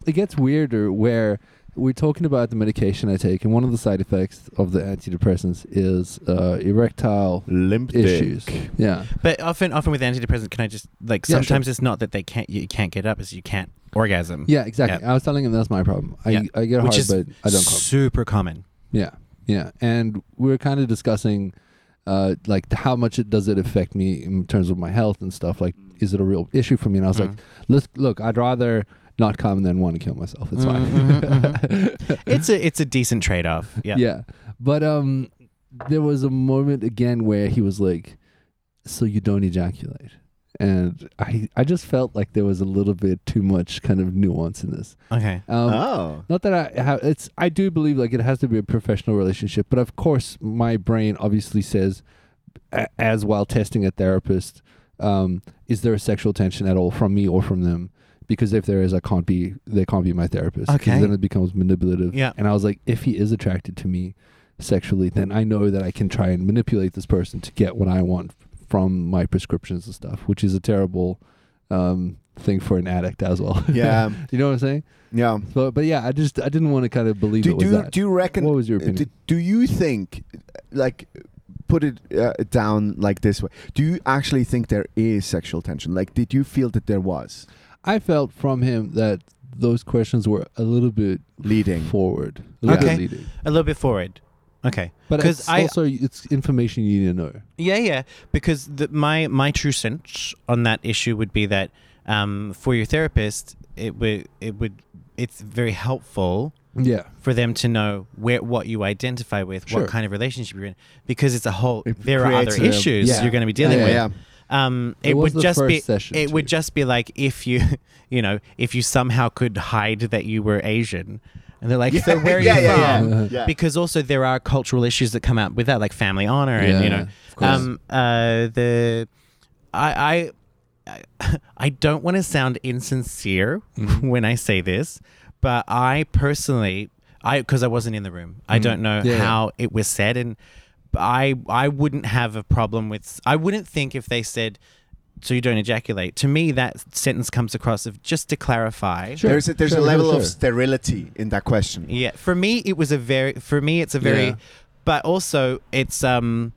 it gets weirder where we're talking about the medication I take, and one of the side effects of the antidepressants is uh, erectile Limp dick. issues. Yeah. But often, often with antidepressant, can I just like Yeah, sure. sometimes it's not that they can't you can't get up, it's you can't orgasm. Yeah, exactly. I was telling him that's my problem. I, Yeah. I get Which hard, is but I don't cope. Super common. Yeah, yeah, and we were kind of discussing, uh, like th- how much it does it affect me in terms of my health and stuff. Like, is it a real issue for me? And I was like, Mm. look, look, I'd rather not common than want to kill myself. It's fine. Mhm, mhm, It's a it's a decent trade off. Yeah. yeah. But um there was a moment again where he was like, So you don't ejaculate. And I I just felt like there was a little bit too much kind of nuance in this. Okay. Um oh. not that I have it's I do believe like it has to be a professional relationship, but of course my brain obviously says a- as while testing a therapist, um, is there a sexual tension at all from me or from them? Because if there is, I can't be they can't be my therapist. 'cause Okay. Then it becomes manipulative. Yeah. And I was like, if he is attracted to me sexually, then I know that I can try and manipulate this person to get what I want from my prescriptions and stuff, which is a terrible um, thing for an addict as well. Yeah. you know what I'm saying? Yeah. But but yeah, I just I didn't want to kind of believe Do, it was do, that. do you reckon? what was your do, opinion? Uh, do you think, like, put it uh, down like this way? Do you actually think there is sexual tension? Like, did you feel that there was I felt from him that those questions were a little bit leading? forward, a little Okay. bit leading. A little bit forward. Okay. But 'Cause it's I- also it's information you need to know. Yeah, yeah. Because the, my my true sense on that issue would be that um, for your therapist, it would it would it's very helpful Yeah, for them to know where what you identify with, Sure. what kind of relationship you're in, because it's a whole. It there are other creates a- issues yeah. you're going to be Yeah, dealing yeah, with. yeah. Um, it, It was would the just be first session, it would too. just be like if you you know if you somehow could hide that you were Asian, and they're like, so where are yeah, you yeah, from? yeah, from? yeah. Because also there are cultural issues that come out with that, like family honor, yeah, and you know, of course. um, uh, the I I I- I don't want to sound insincere Mm-hmm. when I say this, but I personally, I because I wasn't in the room, I don't know Mm-hmm. Yeah, yeah. how it was said, and I I wouldn't have a problem with. I wouldn't think if they said. So you don't ejaculate. To me, that sentence comes across of just to clarify. Sure, there's a, there's sure, a sure, level of sure. sterility in that question. Yeah, for me it was a very for me it's a very Yeah. but also it's um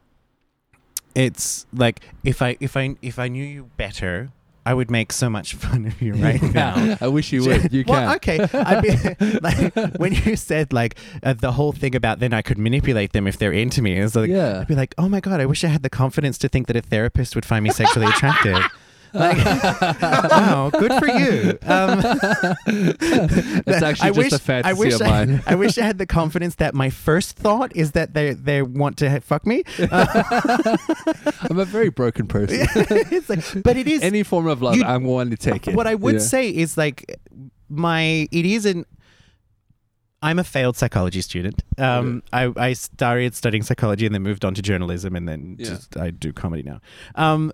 it's like if I if I if I knew you better, I would make so much fun of you right now. I wish you would. You Well, can. okay. I mean, like when you said like uh, the whole thing about then I could manipulate them if they're into me, it's like Yeah. I'd be like, oh my god, I wish I had the confidence to think that a therapist would find me sexually attractive. like, wow, good for you. Um, It's actually just a fantasy I wish of I- mine. I, wish I had the confidence that my first thought is that they they want to ha- fuck me. Uh, I'm a very broken person. it's like, but it is Any form of love, You- I'm willing to take it. what I would Yeah. say is like my it is an I'm a failed psychology student. Um, I, I started studying psychology and then moved on to journalism and then Yeah. just I do comedy now. Um,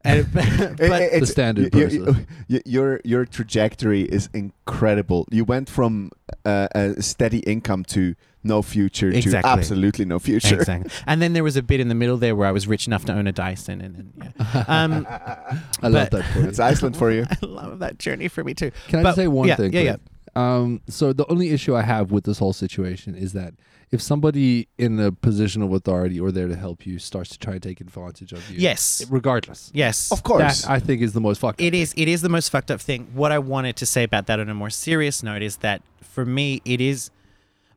and, but, It- it- it's- standard y- y- process. y- your your trajectory is incredible. You went from uh, a steady income to no future Exactly. to absolutely no future. Exactly. And then there was a bit in the middle there where I was rich enough to own a Dyson and then yeah. Um, I love but- that for you. It's Iceland for you. I love that journey for me too. Can I But- just say one yeah, thing? yeah, quick? Um, so the only issue I have with this whole situation is that if somebody in a position of authority or there to help you starts to try and take advantage of you, Yes. regardless, Yes. Of course. that I think is the most fucked. It is it is the most fucked up thing. What I wanted to say about that on a more serious note is that for me it is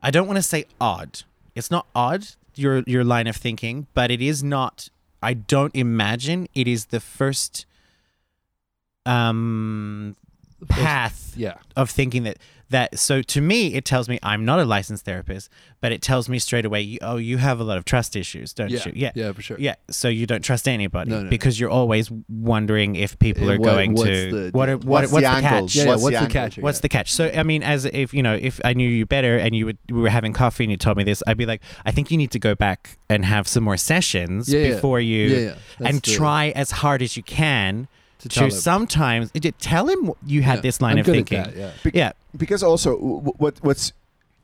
I don't want to say odd. It's not odd your your line of thinking, but it is not I don't imagine it is the first um path yeah, of thinking that that so to me it tells me I'm not a licensed therapist, but it tells me straight away you- oh you have a lot of trust issues, don't yeah, you? Yeah. yeah, for sure. Yeah, so you don't trust anybody No, no, no. because you're always wondering if people Yeah, are what- going what's to the- what, are- what What's what's the the, angle? catch? yeah. What's What's, the the angle? catch? What's the catch? So I mean, as if you know, if I knew you better and you would, we were having coffee and you told me this, I'd be like, I think you need to go back and have some more sessions Yeah, yeah. before you Yeah, yeah. That's and the- try as hard as you can To to, tell him. sometimes to tell him what- you had Yeah, this line I'm of good at thinking. that, yeah. Bec- yeah, because also w- w- what what's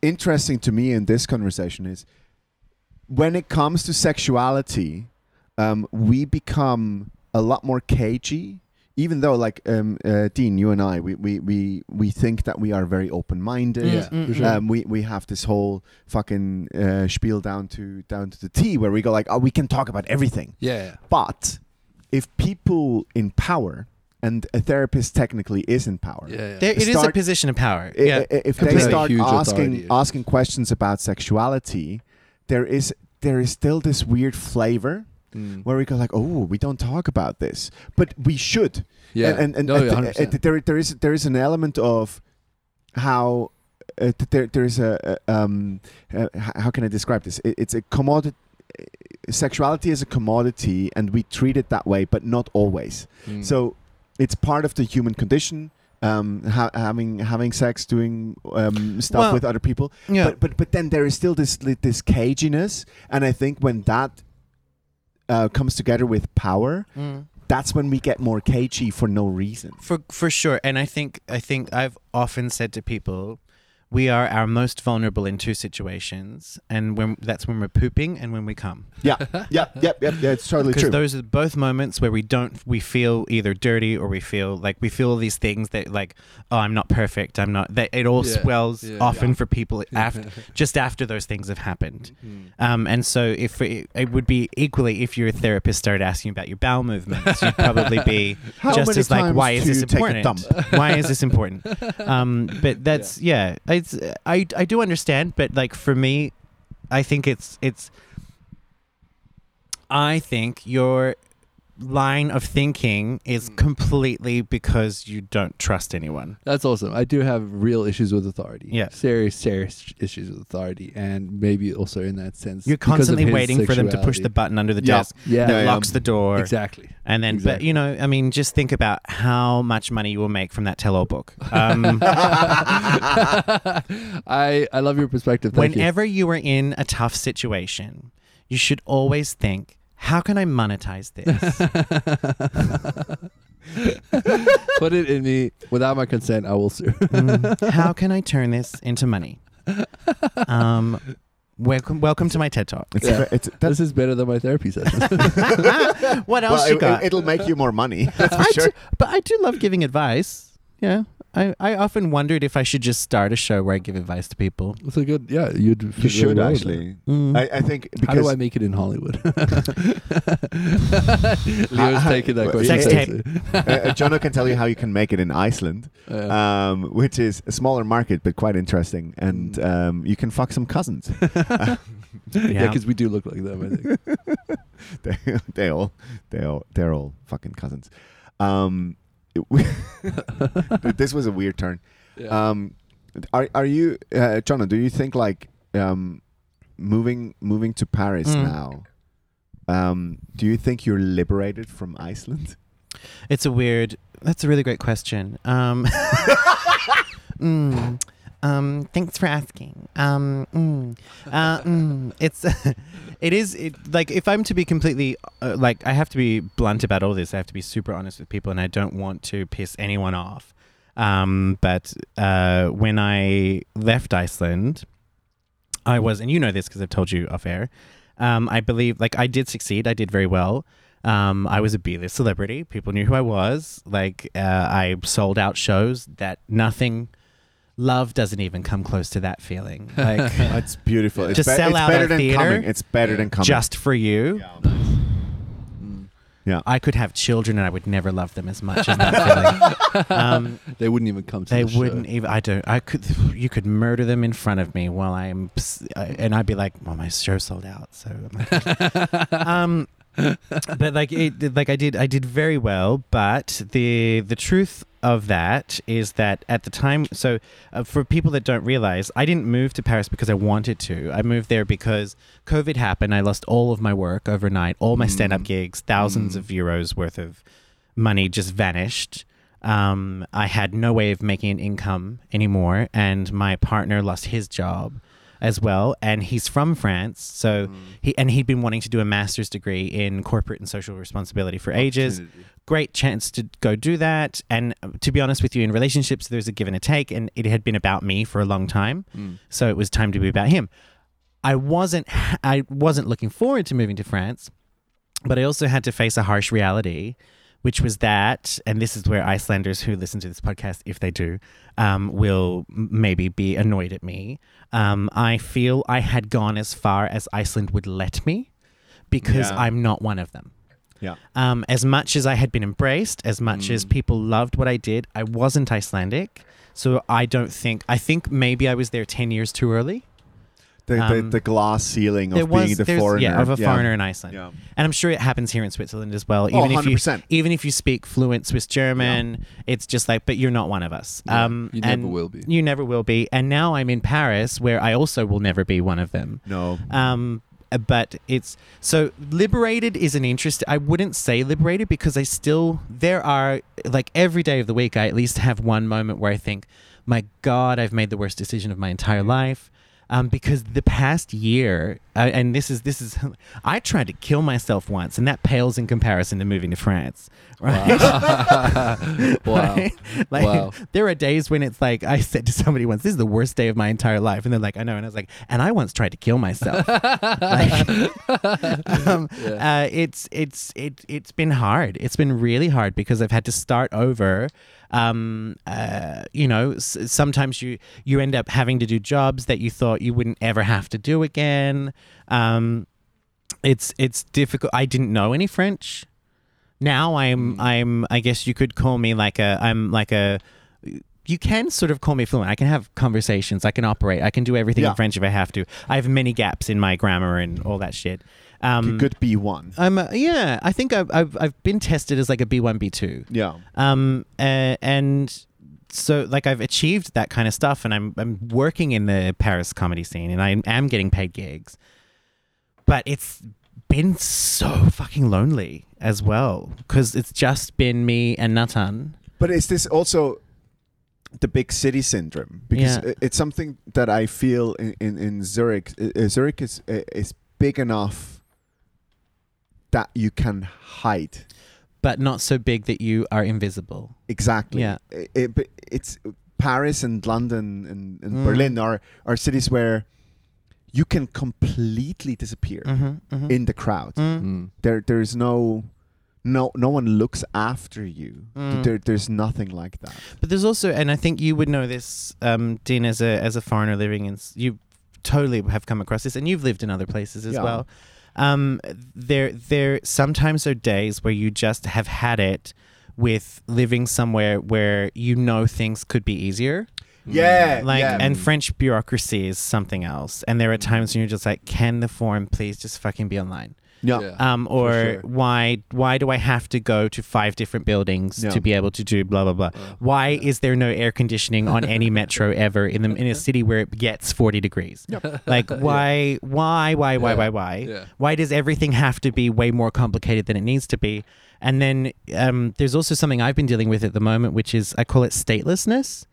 interesting to me in this conversation is when it comes to sexuality, um, we become a lot more cagey. Even though, like um, uh, Dean, you and I, we we, we, we think that we are very open-minded. Mm, Yeah, for sure. Um, we we have this whole fucking uh, spiel down to down to the T, where we go like, oh, we can talk about everything. yeah, yeah. But if people in power, and a therapist technically is in power, yeah, yeah. There- it is a Start- position of power. I- yeah, i- if they Completely. start Huge asking authority. asking questions about sexuality, there is there is still this weird flavor Mm. where we go like, oh, we don't talk about this, but we should. yeah, and, and, and, no, and- yeah, 100%. and there there is there is an element of how uh, th- there there is a uh, um uh, h- how can I describe this? It, it's a commodity. Sexuality is a commodity, and we treat it that way, but not always. Mm. So it's part of the human condition. Um, ha- having having sex, doing um, stuff Well, with other people, Yeah. but but but then there is still this li- this caginess, and I think when that uh, comes together with power, Mm. that's when we get more cagey for no reason. For for sure, and I think I think I've often said to people, we are our most vulnerable in two situations, and when that's when we're pooping and when we come, Yeah, yeah, yeah, yeah, yeah. It's totally because true. those are both moments where we don't we feel either dirty or we feel like we feel these things that like oh I'm not perfect I'm not that it all Yeah, swells yeah. often Yeah. for people after just after those things have happened. Mm. Um, and so if it, it would be equally if your therapist started asking you about your bowel movements, you'd probably be How just many as like, times why is do this you take a important? dump? why is this important? Mm. Um, but that's yeah, it's I I do understand, but like for me, I think it's it's. I think your line of thinking is completely because you don't trust anyone. That's awesome. I do have real issues with authority. Yeah. Serious, serious issues with authority. And maybe also in that sense. You're because of constantly his waiting for them to push sexuality. the button under the Yeah. desk. Yeah. No, that yeah. locks the door. Exactly. And then, but Exactly. you know, I mean, just think about how much money you will make from that tell-all book. Um, I, I love your perspective. Thank you. whenever you. are in a tough situation, you should always think, "How can I monetize this?" Put it in me without my consent. I will sue. Mm, how can I turn this into money? Um, welcome, welcome to my TED Talk. it's, Yeah. it's, that's, this is better than my therapy session. what else well, you it, got? will make you more money. That's I for sure. do, but I do love giving advice. Yeah, I, I often wondered if I should just start a show where I give advice to people. it's a good. Yeah, you'd. fit really You should well with it. actually. Mm. I, I think How do I because make it in Hollywood? Leo's How- taking that how- question. Sex seriously. uh, uh, Jono can tell you how you can make it in Iceland, Uh, Yeah. um, which is a smaller market but quite interesting, and um, you can fuck some cousins. yeah, because we do look like them. I think. they, they all, they all, they're all fucking cousins. Um, it- this was a weird turn. Yeah. Um, are are you, uh, Jonah? Do you think like um, moving moving to Paris Mm. now? Um, do you think you're liberated from Iceland? It's a weird. That's a really great question. Um, mm, um, thanks for asking. Um, mm, uh, mm, it's it is it, like if I'm to be completely uh, like I have to be blunt about all this. I have to be super honest with people, and I don't want to piss anyone off. Um, but uh, when I left Iceland, I was, and you know this because I've told you off air. Um, I believe, like, I did succeed. I did very well. Um, I was a B-list celebrity. People knew who I was. Like, uh, I sold out shows that nothing, love doesn't even come close to that feeling. Like, It's beautiful. It's, To sell it's out better a than theater? coming. It's better than coming. just for you, Mm. I could have children and I would never love them as much as that feeling. Um, they wouldn't even come to. they the show. wouldn't even, I don't, I could, you could murder them in front of me while I'm, ps- I- and I'd be like, well, my show sold out. So, I'm like- um, but like it, like I did I did very well. But the the truth of that is that at the time, so uh, for people that don't realize, I didn't move to Paris because I wanted to. I moved there because COVID happened. I lost all of my work overnight, all my stand up Mm. gigs, thousands Mm. of euros worth of money just vanished. Um, I had no way of making an income anymore, and my partner lost his job as well. And he's from France, so he and he'd been wanting to do a master's degree in corporate and social responsibility Oh, for ages. Great chance to go do that. And uh, to be honest with you, in relationships, there's a give and a take, and it had been about me for a long time, Mm. so it was time to be about him. I wasn't I wasn't looking forward to moving to France, but I also had to face a harsh reality, which was that, and this is where Icelanders who listen to this podcast, if they do, um, will m- maybe be annoyed at me. Um, I feel I had gone as far as Iceland would let me because Yeah. I'm not one of them. Yeah. Um, as much as I had been embraced, as much as Mm. people loved what I did, I wasn't Icelandic. So I don't think, I think maybe I was there 10 years too early. The, Um, the, the glass ceiling there of being was the there's- foreigner. yeah, of a Yeah. foreigner in Iceland. Yeah. And I'm sure it happens here in Switzerland as well. Oh, Even if you 100%. even if you speak fluent Swiss German, it's just like, but you're not one of us. Yeah, um, you and never will be. You never will be. And now I'm in Paris, where I also will never be one of them. No. Um, but it's so liberated is an interest. I wouldn't say liberated because I still there are like every day of the week. I at least have one moment where I think, my God, I've made the worst decision of my entire life. Um, because the past year, I, and this is this is, I tried to kill myself once, and that pales in comparison to moving to France. Right? wow. Right? Like Wow. there are days when it's like I said to somebody once, "This is the worst day of my entire life," and they're like, "I know," and I was like, "And I once tried to kill myself." Like, um, Yeah. uh, it's it's it it's been hard. It's been really hard because I've had to start over. Um, uh, you know, s- sometimes you you end up having to do jobs that you thought you wouldn't ever have to do again. Um, it's it's difficult. I didn't know any French now I'm I'm I guess you could call me like a I'm like a you can sort of call me fluent. I can have conversations. I can operate. I can do everything Yeah. in French if I have to. I have many gaps in my grammar and all that shit. Um, Could be one. I'm uh, yeah. I think I've, I've I've been tested as like a B1 B2 Yeah. um uh, and so like I've achieved that kind of stuff and I'm I'm working in the Paris comedy scene and I am getting paid gigs but it's been so fucking lonely as well cuz it's just been me and Nathan But is this also the big city syndrome? Because Yeah. i- it's something that I feel in, in, in Zurich. Uh, uh, Zurich is, uh, is big enough that you can hide. but not so big that you are invisible Exactly. Yeah. I- I- but it's Paris and London and, and Mm. Berlin are, are cities where you can completely disappear mhm mhm in the crowd. Mm. Mm. There, there is no, no, no one looks after you. Mm. There, there's nothing like that. But there's also, and I think you would know this, um, Dean, as a as a foreigner living in, s- you totally have come across this, and you've lived in other places as Yeah. well. Um, there, there sometimes are days where you just have had it with living somewhere where you know things could be easier. Yeah, Mm. Like, Uh, yeah. Mm. and French bureaucracy is something else. And there are times when you're just like, can the form please just fucking be online? Yeah. um, or sure. why why do I have to go to five different buildings Yeah. to be able to do blah blah blah? why is there no air conditioning on any metro ever in the in a city where it gets forty degrees? Like why why why why Yeah. why why Yeah. why does everything have to be way more complicated than it needs to be? And then um, there's also something I've been dealing with at the moment, which is I call it statelessness.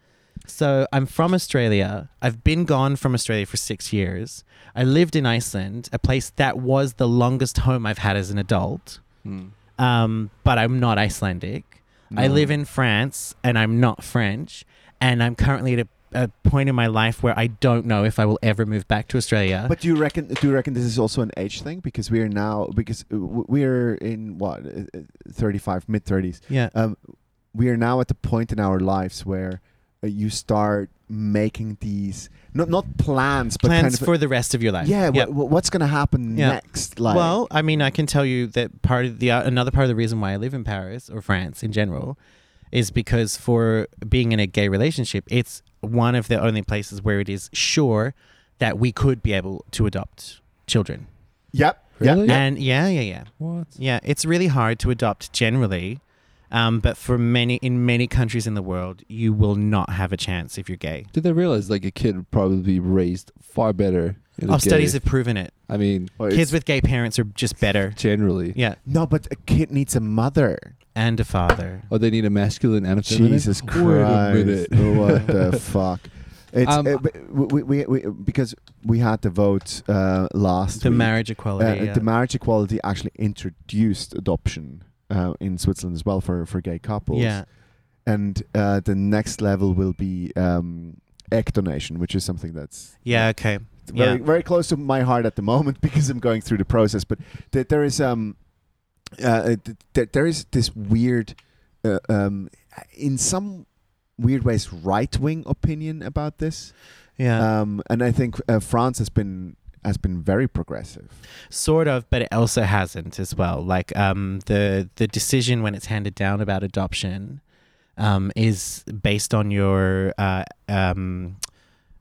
So I'm from Australia. I've been gone from Australia for six years. I lived in Iceland, a place that was the longest home I've had as an adult. Mm. Um, but I'm not Icelandic. I live in France and I'm not French. And I'm currently at a, a point in my life where I don't know if I will ever move back to Australia. But do you reckon? Do you reckon this is also an age thing? Because we are now because uh, w- we are in what uh, uh, thirty-five, mid thirties. yeah. Um, we are now at the point in our lives where uh, you start making these not not plans, but Plans kind of for the rest of your life. yeah. Yep. wha- wha- what's gonna happen Yeah. next? Like well, I mean, I can tell you that part of the uh, another part of the reason why I live in Paris or France in general is because for being in a gay relationship, it's one of the only places where it is sure that we could be able to adopt children. yep, Really? yep, yep. And yeah, yeah, yeah. What? Yeah, it's really hard to adopt generally. Um, but for many in many countries in the world, you will not have a chance if you're gay. Did they realize like a kid would probably be raised far better? In a Oh, studies gay- have proven it. I mean, Well, Kids it's- with gay parents are just better. generally. Yeah, no, but a kid needs a mother. and a father. Oh, they need a masculine and a feminine. Jesus Wait Christ! a minute. what the fuck? It's Um, uh, but we, we, we, because we had the vote uh, last The week. marriage Uh, equality. yeah. The marriage equality actually introduced adoption uh, in Switzerland as well for, for gay couples. yeah. And uh, the next level will be um, egg donation, which is something that's Yeah. Okay. very, yeah. very close to my heart at the moment because I'm going through the process. But th- there is um, uh, th- th- there is this weird, uh, um, in some weird ways, right wing opinion about this. Yeah. Um, and I think uh, France has been has been very progressive. sort of, but it also hasn't as well. Like um, the the decision when it's handed down about adoption um, is based on your uh, um,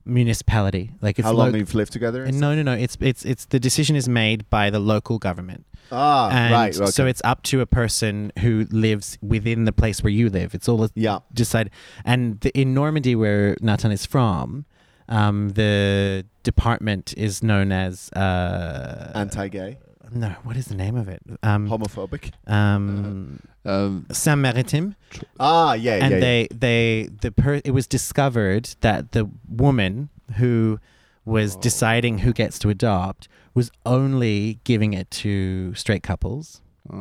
municipality. Like it's How long lo- you've lived together? and no, no, no. It's it's it's the decision is made by the local government, stuff? ah, and right. Okay. so it's up to a person who lives within the place where you live. It's all yeah. decide. And the, in Normandy, where Nathan is from, um, the department is known as uh, Anti-gay, No, what is the name of it? Um, homophobic. um, Um, Saint Maritime, Ah, yeah, and yeah. yeah. they they the per- it was discovered that the woman who was Oh. deciding who gets to adopt was only giving it to straight couples uh,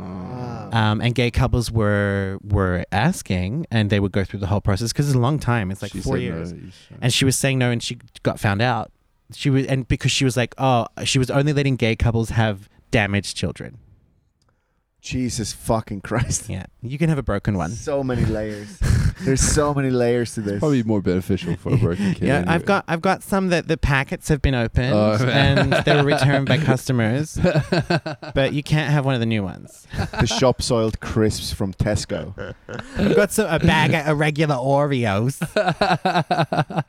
um, and gay couples were were asking and they would go through the whole process because it's a long time it's like she four said years no, you said- and she was saying no and she got found out she was and because she was like oh she was only letting gay couples have damaged children Jesus fucking Christ. yeah you can have a broken one So many layers. There's so many layers to this. probably more beneficial for a working kid. yeah anyway. i've got i've got some that the packets have been opened Oh, and man. they were returned by customers but you can't have one of the new ones the shop soiled crisps from Tesco. i've got so, a bag of irregular oreos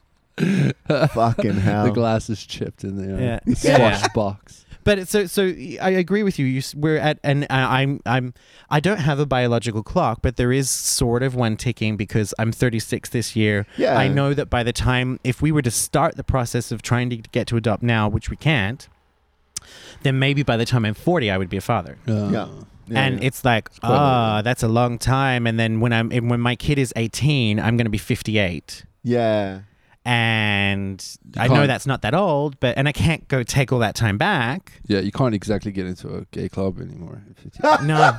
Fucking hell. The glass is chipped in the, uh, Yeah. the Yeah. squash box. But it's- so so I agree with you. you s- we're at and uh, I'm I'm I don't have a biological clock, but there is sort of one ticking because I'm 36 this year. Yeah. Uh, I know that by the time if we were to start the process of trying to get to adopt now, which we can't, then maybe by the time I'm 40, I would be a father. Uh, Yeah. Yeah, and yeah. it's like, quite a ah, lot. that's a long time. And then when I'm and when my kid is 18, I'm going to be 58. yeah. And You I know can't- that's not that old, but and I can't go take all that time back. Yeah, you can't exactly get into a gay club anymore. if it's- No,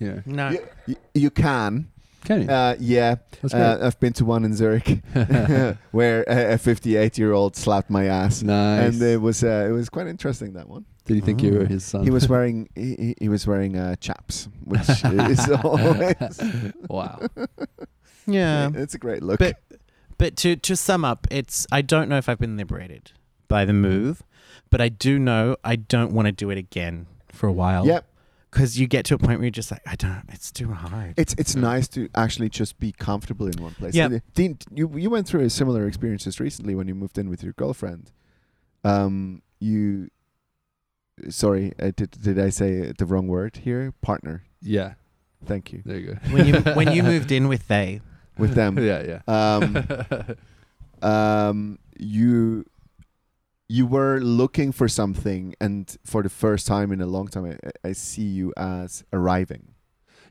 yeah. no. You, you, you can. Can you? Uh, yeah. That's Uh, great. I've been to one in Zurich where a 58 year old slapped my ass. nice. And it was uh, it was quite interesting that one. Did he think you were his son? He was wearing he, he- he was wearing uh, chaps, which is always wow. Yeah. it's a great look. But- But to, to sum up, it's I don't know if I've been liberated by the move, but I do know I don't want to do it again for a while. yep, Because you get to a point where you're just like, I don't, it's too hard. It's it's nice to actually just be comfortable in one place. Yeah. Uh, Dean, you you went through a similar experience just recently when you moved in with your girlfriend. Um, you, sorry, uh, did did I say the wrong word here? Partner. Yeah. Thank you. There you go. when you when you moved in with they, With them. yeah, Um, yeah. um, you you were looking for something, and for the first time in a long time, I, I see you as arriving.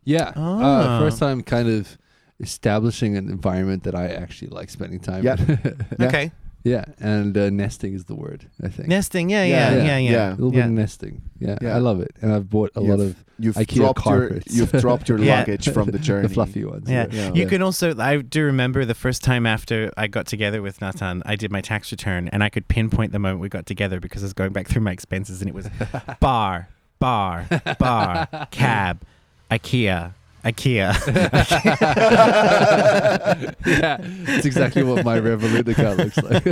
yeah. Ah. Uh, first time kind of establishing an environment that I actually like spending time Yeah. in. Yeah. okay, yeah. And uh, nesting is the word, I think. nesting, yeah, yeah, yeah, yeah. A little Yeah. bit of nesting. Yeah, Yeah. I love it. And I've bought a lot You've- of You've IKEA dropped your carpets. you've dropped your Yeah. luggage from the journey. the fluffy ones. Yeah. Yeah. You can also, I do remember the first time after I got together with Nathan, I did my tax return and I could pinpoint the moment we got together because I was going back through my expenses and it was bar, bar, bar, cab, IKEA, IKEA. yeah, it's exactly what my Revolut account looks like.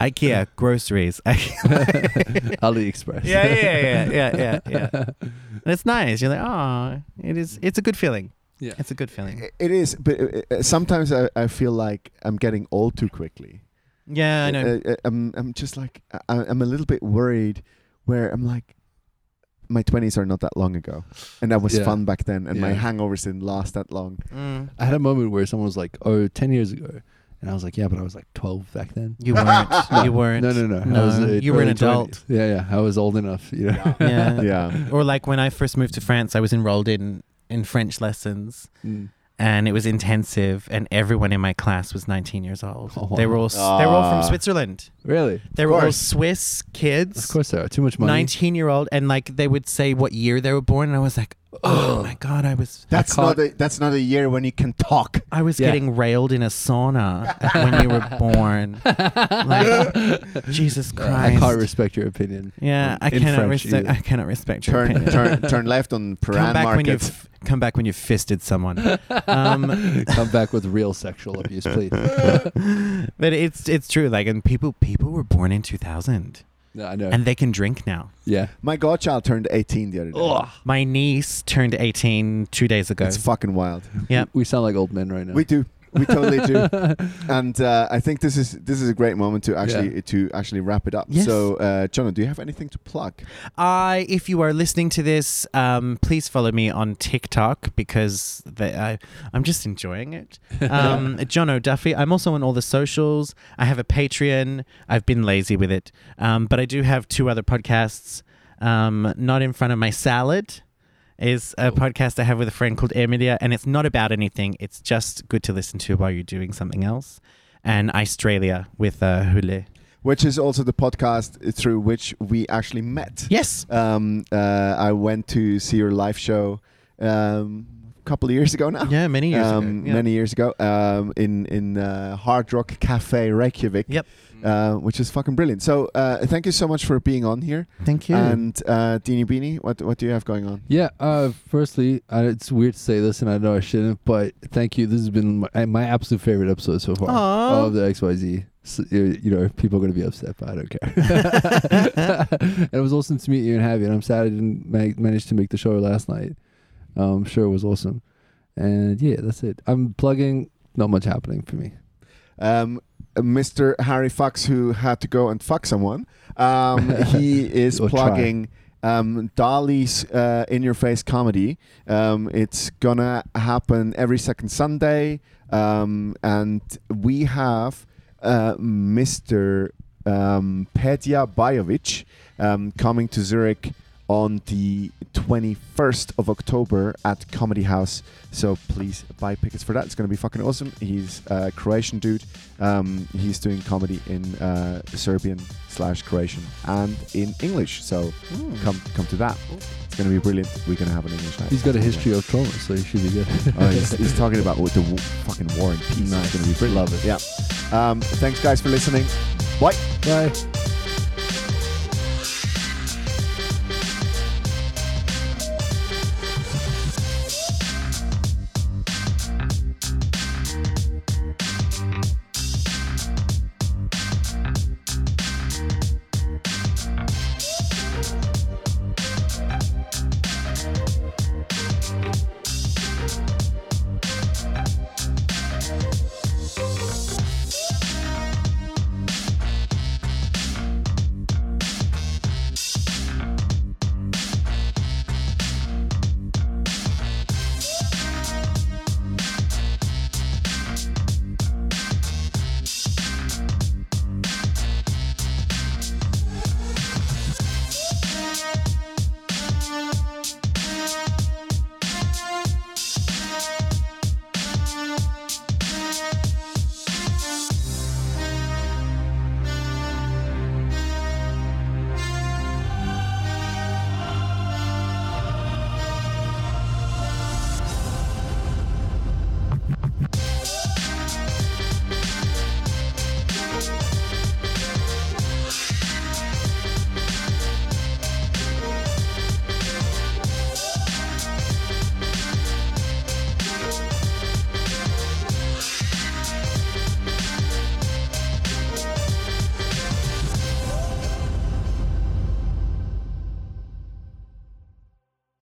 IKEA groceries. AliExpress. yeah, yeah, yeah, yeah, yeah, yeah. And it's nice. You're like, oh, it is. It's a good feeling. Yeah. it's a good feeling. It is, but uh, uh, sometimes I, I feel like I'm getting old too quickly. Yeah, I know. Uh, uh, I'm, I'm just like, I, I'm a little bit worried where I'm like, my 20s are not that long ago. And that was Yeah. fun back then. And my Yeah. hangovers didn't last that long. uh, Mm. I had a moment where someone was like, "Oh, 10 years ago," and I was like, "Yeah, but I was like 12 back then." You weren't. You weren't. No, no, no. I No, was, uh, you were an early 20s. adult. Yeah, yeah. I was old enough. You know. Yeah. Yeah. Or like when I first moved to France, I was enrolled in in French lessons, Mm. and it was intensive, and everyone in my class was 19 years old. Oh, wow. They were all s they were all Ah. from Switzerland. Really? They were all course. Swiss Of kids, course, there are too much money. 19 year old, and like they would say what year they were born, and I was like, oh Ugh. my god, I was That's I not can't- a, that's not a year when you can talk. I was Yeah. getting railed in a sauna when you were born. Like, Jesus I Christ. can't respect your opinion. yeah, I in cannot, French respect. either. I cannot respect your Turn opinion. turn turn left on Come Paran back when Market. you've come back when you've fisted someone. Um, Come back with real sexual abuse, please. but it's it's true. Like, and people people were born in 2000, No, I know. and they can drink now. yeah. My godchild turned 18 the other day. My niece turned 18 two days ago. It's fucking wild. yeah, We sound like old men right now. We do. we totally do. And uh, I think this is this is a great moment to actually to actually wrap it up. Yes. So, uh, Jonah, do you have anything to plug? I, if you are listening to this, um, please follow me on TikTok because they, I, I'm just enjoying it. Um, John O'Duffy. I'm also on all the socials. I have a Patreon. I've been lazy with it, um, but I do have two other podcasts. Um, Not in front of my salad is a podcast I have with a friend called Air Media, and it's not about anything. It's just good to listen to while you're doing something else. And Australia with uh, Hule. Which is also the podcast through which we actually met. Yes. Um, uh, I went to see your live show um, a couple of years ago now. Yeah, many years um, ago. Yeah. many years ago um, in in uh, Hard Rock Cafe Reykjavik. Yep. Uh, which is fucking brilliant. So uh, thank you so much for being on here. Thank you. And uh, Dini Beanie, what what do you have going on? Yeah. Uh, firstly, uh, it's weird to say this, and I know I shouldn't, but thank you. This has been my, uh, my absolute favorite episode so far Aw. of the X Y Z. So, you you know, people are going to be upset, but I don't care. and it was awesome to meet you and have you. And I'm sad I didn't ma- manage to make the show last night. Um, sure, it was awesome. And yeah, that's it. I'm plugging. Not much happening for me. Um, Mr. Harry Fox, who had to go and fuck someone, um, he is Or try. plugging um, Dali's uh, In Your Face comedy. Um, it's gonna happen every second Sunday, um, and we have uh, Mr. Um, Petya Bajovic um, coming to Zurich on the 21st of October at Comedy House. So please buy tickets for that. It's going to be fucking awesome. He's a Croatian dude. Um, he's doing comedy in uh, Serbian slash Croatian and in English. So Hmm. come come to that. It's going to be brilliant. We're going to have an English night. Mm. He's got a history of trauma, so he should be good. Oh, he's, he's talking about what the w- fucking war and peace. It's going to be brilliant. Love it. Yeah. Um, thanks, guys, for listening. Bye. Bye.